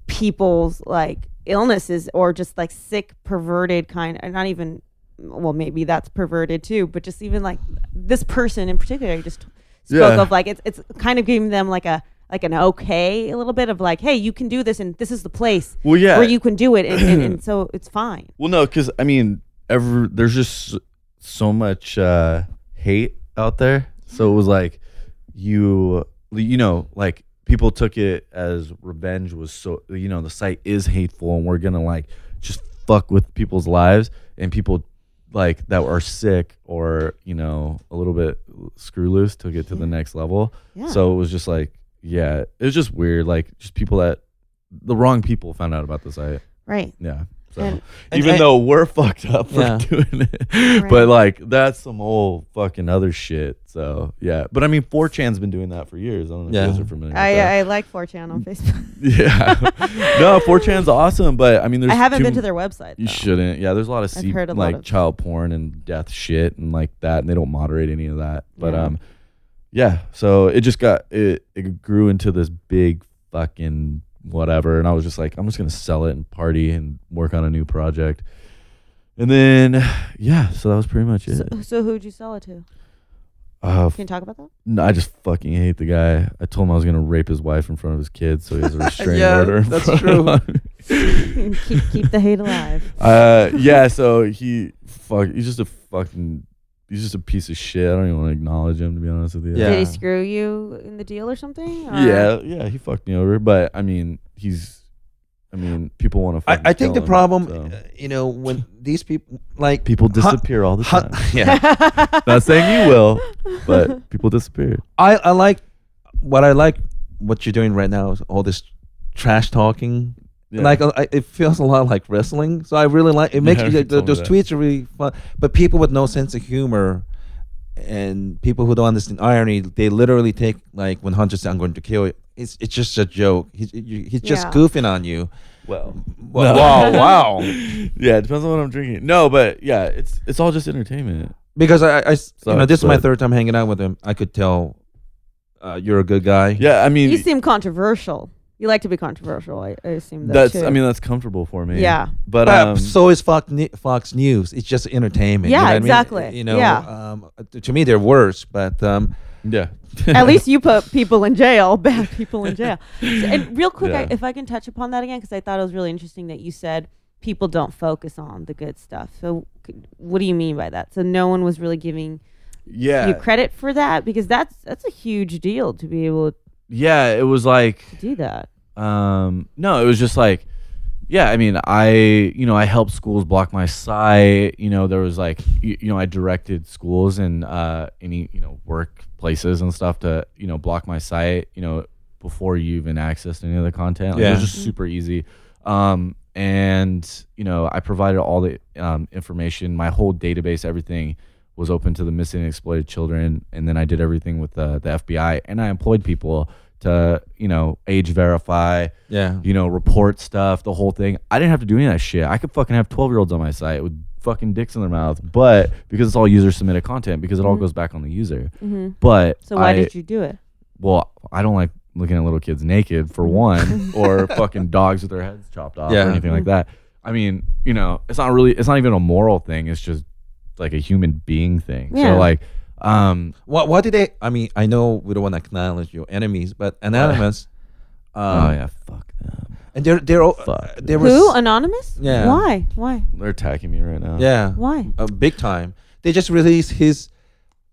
people's like illnesses or just like sick perverted kind or not even well maybe that's perverted too but just even like this person in particular you just spoke Yeah. of like it's it's kind of giving them like a like an okay a little bit of like hey you can do this and this is the place Well, yeah. where you can do it and, and, (clears throat) and so it's fine Well, no, because I mean, ever there's just s- so much uh, hate out there. So it was like you, you know, like people took it as revenge was so you know the site is hateful and we're gonna like just fuck with people's lives and people like that are sick or you know a little bit screw loose took it to the next level. Yeah. So it was just like yeah, it was just weird. Like just people that the wrong people found out about the site. right Yeah. So And- even and- though we're fucked up for Yeah. (laughs) doing it, Right. but like that's some old fucking other shit. So yeah. But I mean, 4chan's been doing that for years. I don't know if Yeah. you guys are familiar. I, with I like 4chan on (laughs) facebook that. (laughs) (laughs) yeah. no, 4chan's awesome, but I mean, there's i haven't too- been to their website You though. shouldn't. Yeah, there's a lot of I've C, heard a lot like of- child porn and death shit and like that, and they don't moderate any of that. But Yeah. um, yeah. So it just got it. It grew into this big fucking whatever, and I was just like, I'm just gonna sell it and party and work on a new project. And then yeah, so that was pretty much it. So, so who'd you sell it to? uh, f- Can you talk about that? no, I just fucking hate the guy. I told him I was gonna rape his wife in front of his kids, so (laughs) he has a restraining Yeah, order. in that's front of him. (laughs) keep keep the hate alive. uh yeah so he fuck he's just a fucking he's just a piece of shit i don't even want to acknowledge him to be honest with you Yeah. Did he screw you in the deal or something? Or- (laughs) yeah yeah, he fucked me over but i mean he's i mean people want to I, I think the problem, so. uh, you know, when these people like people Huh- disappear all the huh- time (laughs) yeah, not saying you (laughs) will but people disappear I, I like what I like what you're doing right now is all this trash talking. Yeah. Like uh, I, it feels a lot like wrestling, so I really like it. Makes (laughs) Yeah, me- you the, told me those that. tweets are really fun, but people with no sense of humor and people who don't understand irony, they literally take like when Hunter says, "I'm going to kill you." It's it's just a joke. He's you- he's just Yeah. goofing on you. well Wow, wow, wow. yeah it depends on what i'm drinking no but yeah it's it's all just entertainment Because I, I- I s- you So know, this is my it's, uh, third time hanging out with him. I could tell uh, you're a good guy. yeah i mean You seem controversial. You like to be controversial. I, I assume that that's too. i mean that's comfortable for me Yeah. but But um so is Fox, Ne- Fox News. It's just entertainment. Yeah, you know what I mean? exactly. You know, Yeah. um, to me they're worse, but um, yeah at least you put people in jail, (laughs) bad people in jail. So- and real quick, I, Yeah. if I can touch upon that again, because I thought it was really interesting that you said people don't focus on the good stuff. So, c- what do you mean by that? So, no one was really giving (laughs) yeah you credit for that because that's that's a huge deal to be able to yeah it was like do that. um no it was just like yeah i mean i you know i helped schools block my site you know there was like you, you know i directed schools and uh any you know workplaces and stuff to you know block my site you know before you even accessed any of the content like, it was Yeah. just super easy um and you know i provided all the um, information my whole database everything was open to the missing and exploited children and then i did everything with the, the fbi and i employed people to you know age verify yeah, you know, report stuff, the whole thing. I didn't have to do any of that shit. I could fucking have 12 year olds on my site with fucking dicks in their mouth, but because it's all user submitted content, because it all goes back on the user. But Mm-hmm. So, why I- did you do it? well, I don't like looking at little kids naked for one, Mm-hmm. (laughs) or fucking dogs with their heads chopped off Yeah. or anything like that. I mean, you know, it's not really, it's not even a moral thing. It's just like a human being thing. Yeah. So like, Um, What what did they? I mean, I know we don't want to acknowledge your enemies, but (laughs) anonymous. oh Uh, yeah, fuck them. and they're they're all Fuck. they were Who s- anonymous? Yeah. Why? Why? They're attacking me right now. yeah Why? uh, big time. They just released his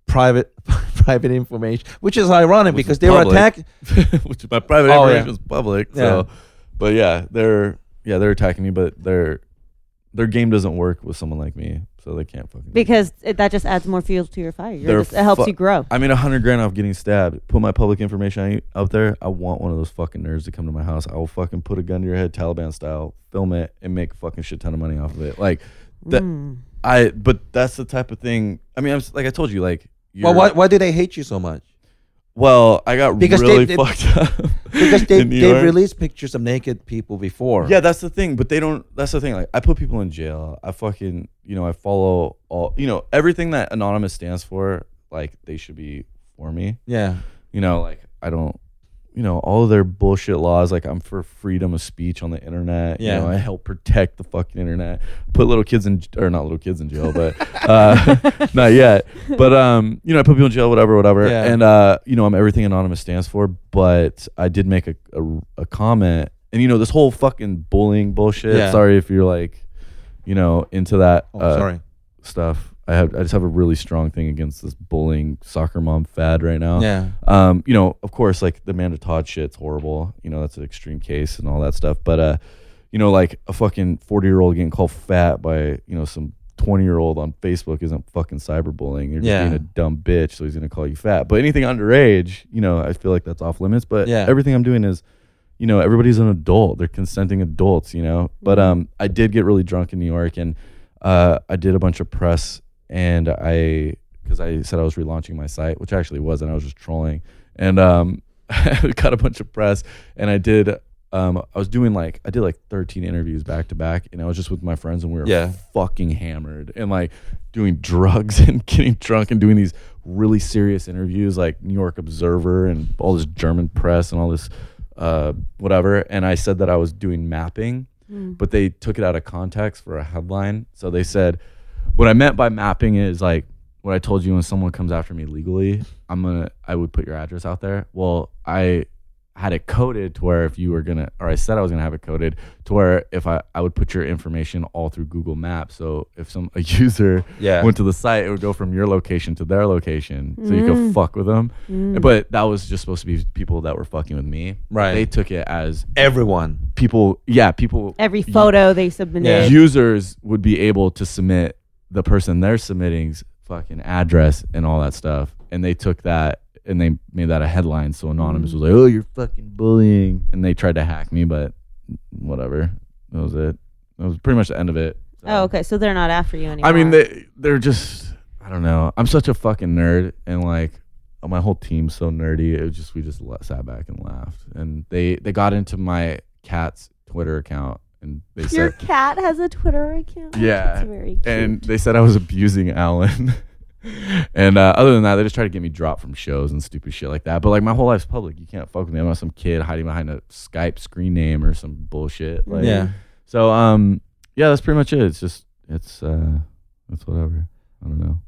private (laughs) private information, which is ironic because they were public. attacked. (laughs) which my private Oh, information yeah. was public. Yeah. So, but yeah, they're yeah they're attacking me, but their their game doesn't work with someone like me, so they can't fucking. Because it, that just adds more fuel to your fire. You're They're just, it helps fu- you grow. I made a hundred grand off getting stabbed. Put my public information out out there. I want one of those fucking nerds to come to my house. I will fucking put a gun to your head, Taliban style, film it, and make a fucking shit ton of money off of it. Like that. I. But that's the type of thing. I mean, I'm s- like I told you, like. Well, you're- why why do they hate you so much? Well, I got Because they- really they- fucked (laughs) up. Because they in New they York. released pictures of naked people before. Yeah, that's the thing. But they don't. That's the thing. Like, I put people in jail. I fucking, you know, I follow all, you know, everything that anonymous stands for. Like, they should be for me. yeah. You know, like I don't, you know, all of their bullshit laws. Like, I'm for freedom of speech on the internet. Yeah. You know, I help protect the fucking internet. Put little kids in, or not little kids in jail, but (laughs) uh, not yet. But um, you know, I put people in jail, whatever, whatever. Yeah. And uh, you know, I'm everything anonymous stands for. But I did make a a, a comment, and you know, this whole fucking bullying bullshit. Yeah. Sorry if you're like, you know, into that Oh, uh, sorry. stuff. I have I just have a really strong thing against this bullying soccer mom fad right now Yeah. um, you know, of course, like the Amanda Todd shit's horrible. You know, that's an extreme case and all that stuff. But uh, you know, like a fucking forty year old getting called fat by you know some twenty year old on Facebook isn't fucking cyberbullying. You're just Yeah. being a dumb bitch, so he's gonna call you fat. But anything underage, you know, I feel like that's off limits. But Yeah. everything I'm doing is. You know, everybody's an adult. They're consenting adults. You know, but um, I did get really drunk in New York, and uh, I did a bunch of press and I, because I said I was relaunching my site, which I actually wasn't. I was just trolling, and um, (laughs) I got a bunch of press, and I did. Um, I was doing like I did like 13 interviews back to back, and I was just with my friends, and we were Yeah. fucking hammered, and like doing drugs (laughs) and getting drunk, and doing these really serious interviews, like New York Observer and all this German press and all this uh, whatever. And I said that I was doing mapping, but they took it out of context for a headline. So they said, what I meant by mapping is like what I told you when someone comes after me legally, I'm gonna I would put your address out there. Well, I had it coded to where if you were gonna or I said I was gonna have it coded to where if I, I would put your information all through Google Maps. So if some a (laughs) user Yeah. went to the site, it would go from your location to their location. So you could fuck with them. But that was just supposed to be people that were fucking with me. Right. They took it as Everyone. people yeah, people Every photo they submitted. users would be able to submit the person they're submitting's fucking address and all that stuff. And they took that and they made that a headline. So Mm. Anonymous was like, oh, you're fucking bullying. And they tried to hack me, but whatever. That was it. That was pretty much the end of it. So- Oh, okay. So they're not after you anymore. I mean, they, they're just, I don't know. I'm such a fucking nerd. And like, my whole team's so nerdy. It was just, we just la- sat back and laughed. And they, they got into my cat's Twitter account and they said, your cat has a Twitter account. Yeah, It's very cute. and they said I was abusing Alan. (laughs) and uh, other than that, they just tried to get me dropped from shows and stupid shit like that. But like my whole life's public. You can't fuck with me. I'm not some kid hiding behind a Skype screen name or some bullshit. Like, Yeah. So um, yeah, that's pretty much it. It's just it's uh, it's whatever. I don't know.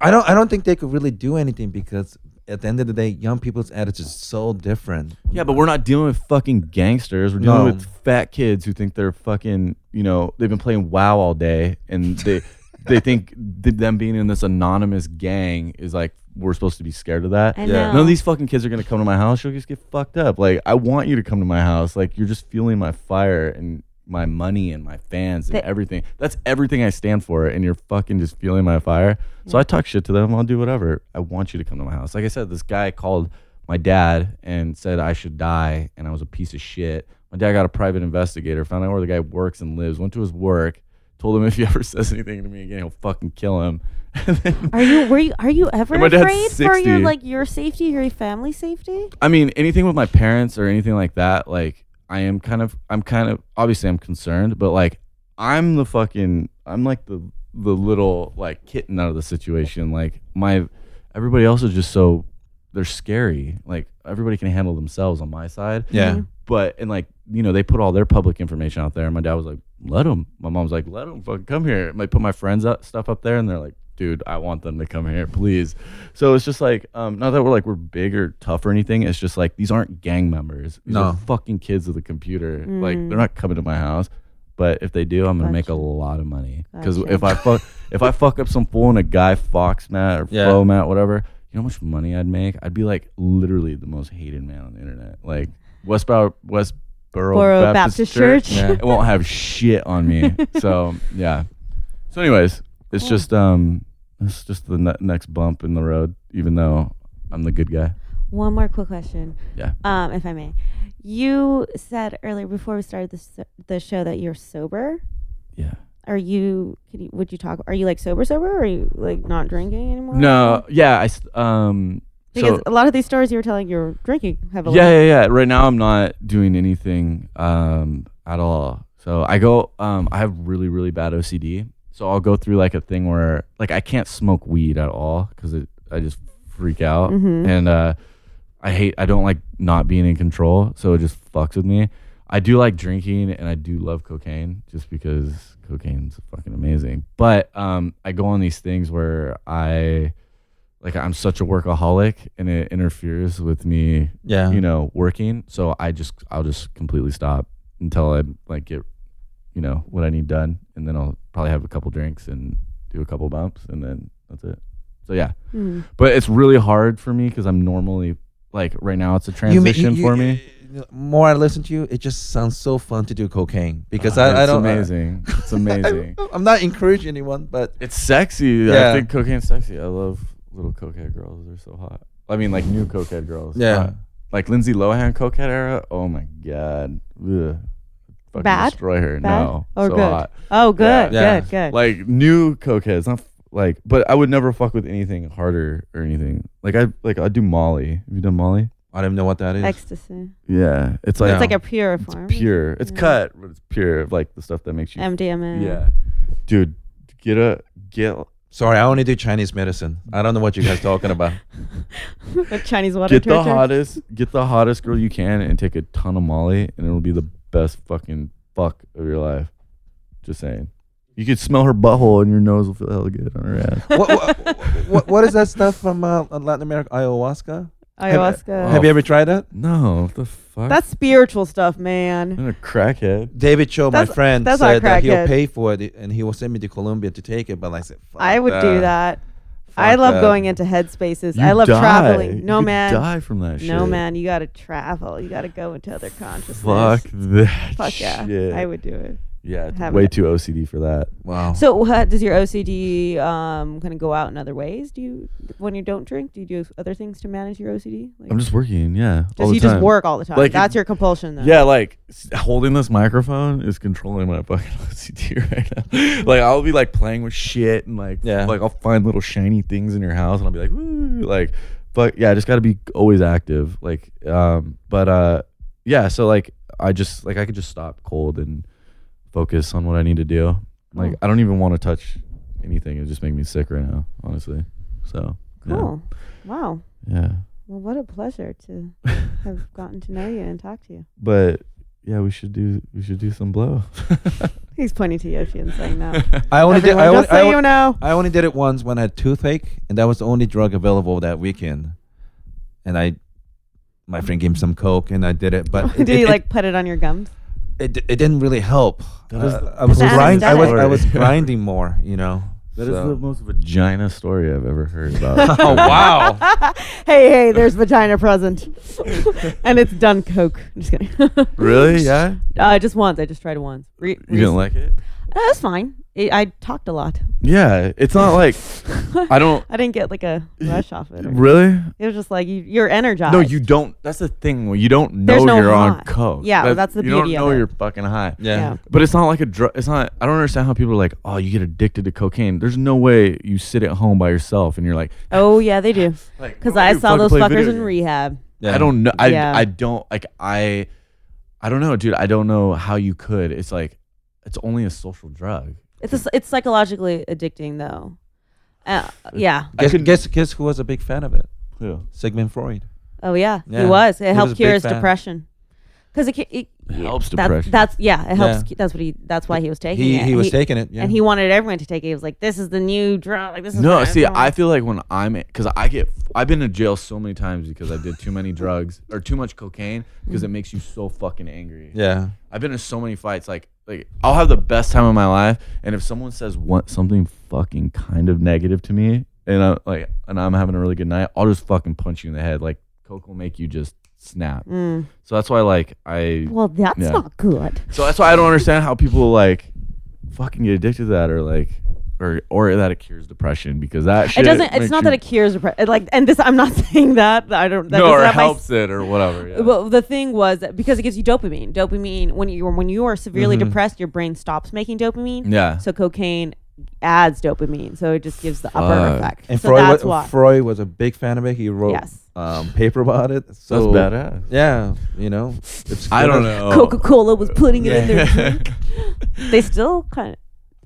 I don't I don't think they could really do anything because at the end of the day, young people's attitudes is so different. Yeah, but we're not dealing with fucking gangsters. We're dealing No. with fat kids who think they're fucking, you know, they've been playing WoW all day and they they think th- them being in this anonymous gang is like we're supposed to be scared of that. I Yeah. know. None of these fucking kids are gonna come to my house. You'll just get fucked up. Like I want you to come to my house. Like you're just fueling my fire and my money and my fans and They- everything. That's everything I stand for. And you're fucking just fueling my fire. So I talk shit to them. I'll do whatever. I want you to come to my house. Like I said, this guy called my dad and said I should die, and I was a piece of shit. My dad got a private investigator, found out where the guy works and lives, went to his work, told him if he (laughs) ever says anything to me again, he'll fucking kill him. (laughs) And then- Are you were you are you ever And my dad's afraid for your 60. like your safety, your family safety? I mean, anything with my parents or anything like that, like I am kind of I'm kind of obviously I'm concerned, but like I'm the fucking I'm like the the little like kitten out of the situation. Like my everybody else is just so they're scary. Like everybody can handle themselves on my side. Yeah. But and like you know they put all their public information out there, and my dad was like, "Let them." My mom's like, "Let them fucking come here." And I put my friends up, stuff up there, and they're like, dude, I want them to come here, please. So it's just like, um, not that we're like we're big or tough or anything. It's just like these aren't gang members. These No. are fucking kids of the computer. Like they're not coming to my house. But if they do, I'm gonna make a Mm. Gotcha. lot of money. Because Gotcha. if I fuck, if I fuck up some fool and a guy Fox Matt or Yeah. Flo Matt, whatever, you know how much money I'd make? I'd be like literally the most hated man on the internet. Like Westboro Westboro Boro Baptist, Baptist Church. Church. Yeah. it (laughs) won't have shit on (laughs) me. So yeah. So anyways, it's just um, it's just the ne- next bump in the road. Even though I'm the good guy. One more quick question, Yeah. um, if I may. You said earlier before we started this, the show that you're sober. Yeah. Are you? Can you? Would you talk? Are you like sober, sober? Or are you like not drinking anymore? No. Yeah. I s- um. Because so, a lot of these stories you were telling, you're drinking heavily. yeah, yeah, yeah. Right now, I'm not doing anything um, at all. So I go. Um, I have really, really bad OCD. So I'll go through like a thing where like I can't smoke weed at all because I just freak out and uh, I hate. I don't like not being in control. So it just fucks with me. I do like drinking and I do love cocaine just because cocaine's fucking amazing. But um, I go on these things where I like I'm such a workaholic and it interferes with me Yeah. you know working so i just i'll just completely stop until i like get you know what i need done and then i'll probably have a couple drinks and do a couple bumps and then that's it so yeah Mhm. but it's really hard for me because i'm normally like right now it's a You ma- transition you- for you- me you know, More I listen to you, it just sounds so fun to do cocaine because Uh, I, I it's don't. amazing it's amazing (laughs) I, am not encouraging anyone, but it's sexy i Yeah. think cocaine's sexy i love little cokehead girls they're so hot i mean like new cokehead girls Yeah. Uh, like lindsay lohan cokehead era oh my god Ugh. Fucking Bad? destroy her Bad no or so good? hot. Oh, good, Yeah. Yeah. good, good. like new cokeheads not f- like but i would never fuck with anything harder or anything like i like i do molly have you done molly I don't even know what that is. Ecstasy. yeah it's like It's like a pure form. pure it's cut but it's pure like the stuff that makes you MDMA. (laughs) yeah dude get a get Sorry, I only do Chinese medicine. I don't know what you guys talking (laughs) about. Like Chinese water. get the torture. hottest get the hottest girl you can and take a ton of molly and it'll be the best fucking fuck of your life just saying you could smell her butthole and your nose will feel hella good on her (laughs) ass what, what, what, what is that stuff from uh, Latin America? Ayahuasca. Ayahuasca. Have you ever tried that? no what the fuck That's spiritual stuff, man. I'm a crackhead David Cho, my That's- friend, that's our said that he'll crackhead. pay for it and he will send me to Colombia to take it. But I said, Fuck I would do that. I love that. going into headspaces. You I love die. traveling. You No could man. Die from that shit. No man, you gotta travel. You gotta go into other consciousness. Fuck that. Fuck yeah. shit. I would do it. Yeah, it's have way it. too OCD for that. Wow. So, what does your OCD um kind of go out in other ways? Do you when you don't drink? Do you do other things to manage your OCD? Like, I'm just working. Yeah. all just the you time. just work all the time. Like, That's your compulsion, though. Yeah, like s- holding this microphone is controlling my fucking (laughs) OCD right now. like I'll be like playing with shit and like Yeah. like I'll find little shiny things in your house and I'll be like Woo! like but yeah, I just got to be always active. Like um but uh yeah, so like I just like I could just stop cold and focus on what I need to do. Like I don't even want to touch anything. It just makes me sick right now, honestly. So yeah. Cool. Oh, Wow. Yeah. Well, what a pleasure (laughs) to have gotten to know you and talk to you. But yeah, we should do we should do some blow. He's pointing to Yoshi and saying (laughs) no. I only did. Everyone, I only, just so I only- you know. I only did it once when I had toothache, and that was the only drug available that weekend. And I, my friend gave me some coke, and I did it. (laughs) But it, Did he it- like put it on your gums? It, it, didn't really help. That is Uh, the- I was That's grind, I was I anesthetic. was grinding more. You know. That is So- the most vagina story I've ever (laughs) heard about. Oh (laughs) (laughs) wow! Hey, hey, there's vagina (laughs) present. and it's done coke. I'm just kidding. (laughs) really? Yeah. uh, just once. I just tried it once. Re- You didn't like it? Uh, That's fine. I I talked a lot. Yeah. It's not (laughs) like I don't I didn't get like a (laughs) rush off it. or- really. It was just like you, you're energized. No, you don't. That's the thing. where You don't know Uh, There's no you're high. on coke. Yeah, well, that's the you beauty don't of know it. you're fucking high. Yeah. But it's not like a drug. It's not. I don't understand how people are like, oh, you get addicted to cocaine. There's no way you sit at home by yourself and you're like, Oh yeah, they do. Like, Because why I do you saw fucking those play fuckers in video games? rehab. Yeah. I don't know. I Yeah. I don't like I I don't know, dude. I don't know how you could. It's like it's only a social drug. It's a s it's psychologically addicting though. Uh, yeah. Guess, couldn't- guess guess who was a big fan of it? Who? Sigmund Freud. Oh yeah, he Yeah. was. It He helped was a big cure his fan. depression. because it, ca- it helps that's, depression. that's yeah it helps Yeah. ke- that's what he that's why he was taking He it he was taking it. Yeah. and he wanted everyone to take it he was like this is the new drug like this is No, what see, everyone- I feel like when I'm because I get I've been to jail so many times because I did (laughs) too many drugs or too much cocaine because it makes you so fucking angry. yeah. I've been in so many fights. Like, like I'll have the best time of my life, and if someone says what something fucking kind of negative to me, and I am like, and I'm having a really good night, I'll just fucking punch you in the head. Like, coke will make you just snap. Mm. So that's why, like, I. well that's Yeah. not good So that's why I don't understand how people like fucking get addicted to that, or like, or or that it cures depression because that shit it doesn't it's makes not you- that it cures depression like and this i'm not (laughs) saying that i don't that no, doesn't or have my helps it or whatever. yeah. Well, the thing was that because it gives you dopamine. Dopamine when you when you are severely depressed, your brain stops making dopamine. Yeah. So cocaine adds dopamine, so it just gives the upper Fuck. effect. And so Freud, that's wa- why. Freud was a big fan of it. He wrote Yes. um, paper about it. That's So badass. Yeah, you know, it's I don't good. know. Coca Cola was putting it in their drink. (laughs) they still kind of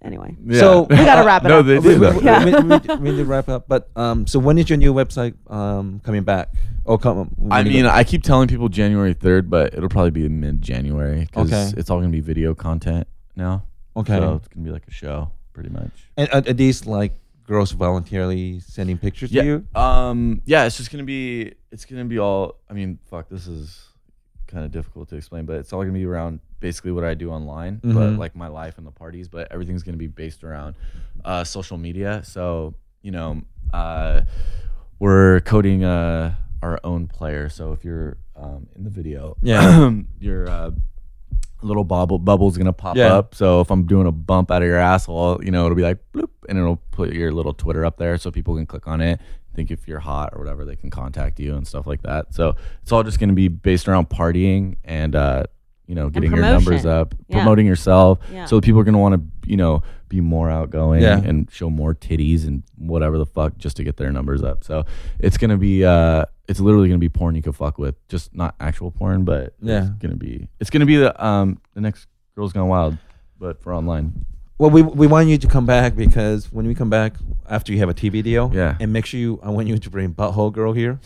anyway. (laughs) Yeah. So- We gotta wrap it no, up. They We, did we, that. we, Yeah. we- we- we need to wrap up. But um, so when is your new website um, coming back? Oh, come. when I you mean, go- I keep telling people January 3rd, but it'll probably be mid January because Okay. it's all going to be video content now. okay. So it's going to be like a show, pretty much. and are are these like girls voluntarily sending pictures Yeah. to you? Um, yeah, it's just going to be, it's going to be all, I mean, fuck, this is kind of difficult to explain, but it's all going to be around basically what I do online, but Mhm. like my life and the parties, but everything's going to be based around uh, social media. So, you know, uh, we're coding uh, our own player. So if you're um, in the video, Yeah. (coughs) (clears throat) your uh, little bubble bubble's gonna pop Yeah. up. So if I'm doing a bump out of your asshole, you know, it'll be like bloop, and it'll put your little Twitter up there, so people can click on it. Think if you're hot or whatever, they can contact you and stuff like that. So it's all just gonna be based around partying and. Uh, you know, getting your numbers promotion. up, Yeah. promoting yourself. Yeah. So people are gonna want to, you know, be more outgoing Yeah. and show more titties and whatever the fuck just to get their numbers up. So it's gonna be, uh, it's literally gonna be porn you can fuck with, just not actual porn, but Yeah. it's gonna be, it's gonna be the um the next Girls Gone Wild, but for online. Well, we we want you to come back because when we come back after you have a TV deal, Yeah. and make sure you I want you to bring Butthole Girl here.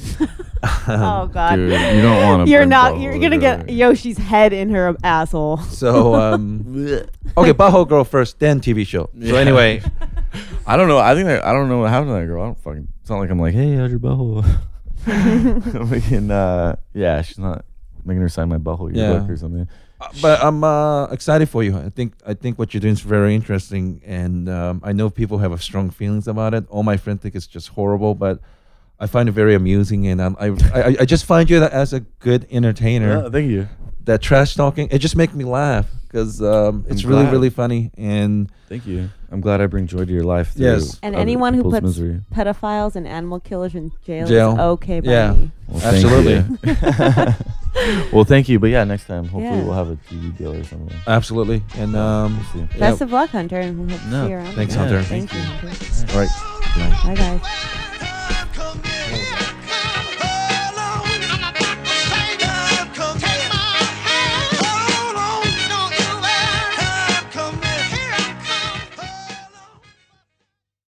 oh God. Dude, you don't want (laughs) to. You're not. You're gonna get Yoshi's head in her asshole. So um, okay, Butthole Girl first, then TV show. So Yeah. anyway, I don't know. I think that, I don't know what happened to that girl. I don't fucking. It's not like I'm like, hey, how's (laughs) your butthole? (laughs) I'm making, uh, yeah, she's not making her sign my butthole yearbook Yeah. or something. Uh, but I'm uh, excited for you. I think I think what you're doing is very interesting, and um, I know people have a strong feelings about it. All my friends think it's just horrible, but I find it very amusing, and um, I, I I just find you that as a good entertainer. Yeah, Uh, thank you. That trash talking, it just makes me laugh because um, it's I'm really glad. really funny, and Thank you. I'm glad I bring joy to your life. through Yes. (laughs) And other anyone who people's puts misery. pedophiles and animal killers in jail, Jail. is okay by Yeah. me. Well, thank absolutely, (laughs) you. well, thank you. But yeah, next time, hopefully, Yeah. we'll have a TV deal or something. absolutely, and um, We'll see. yeah. Best of luck, Hunter, and we hope to No, see you around. thanks, again. Hunter. Thank you, Hunter. all right. Bye, guys.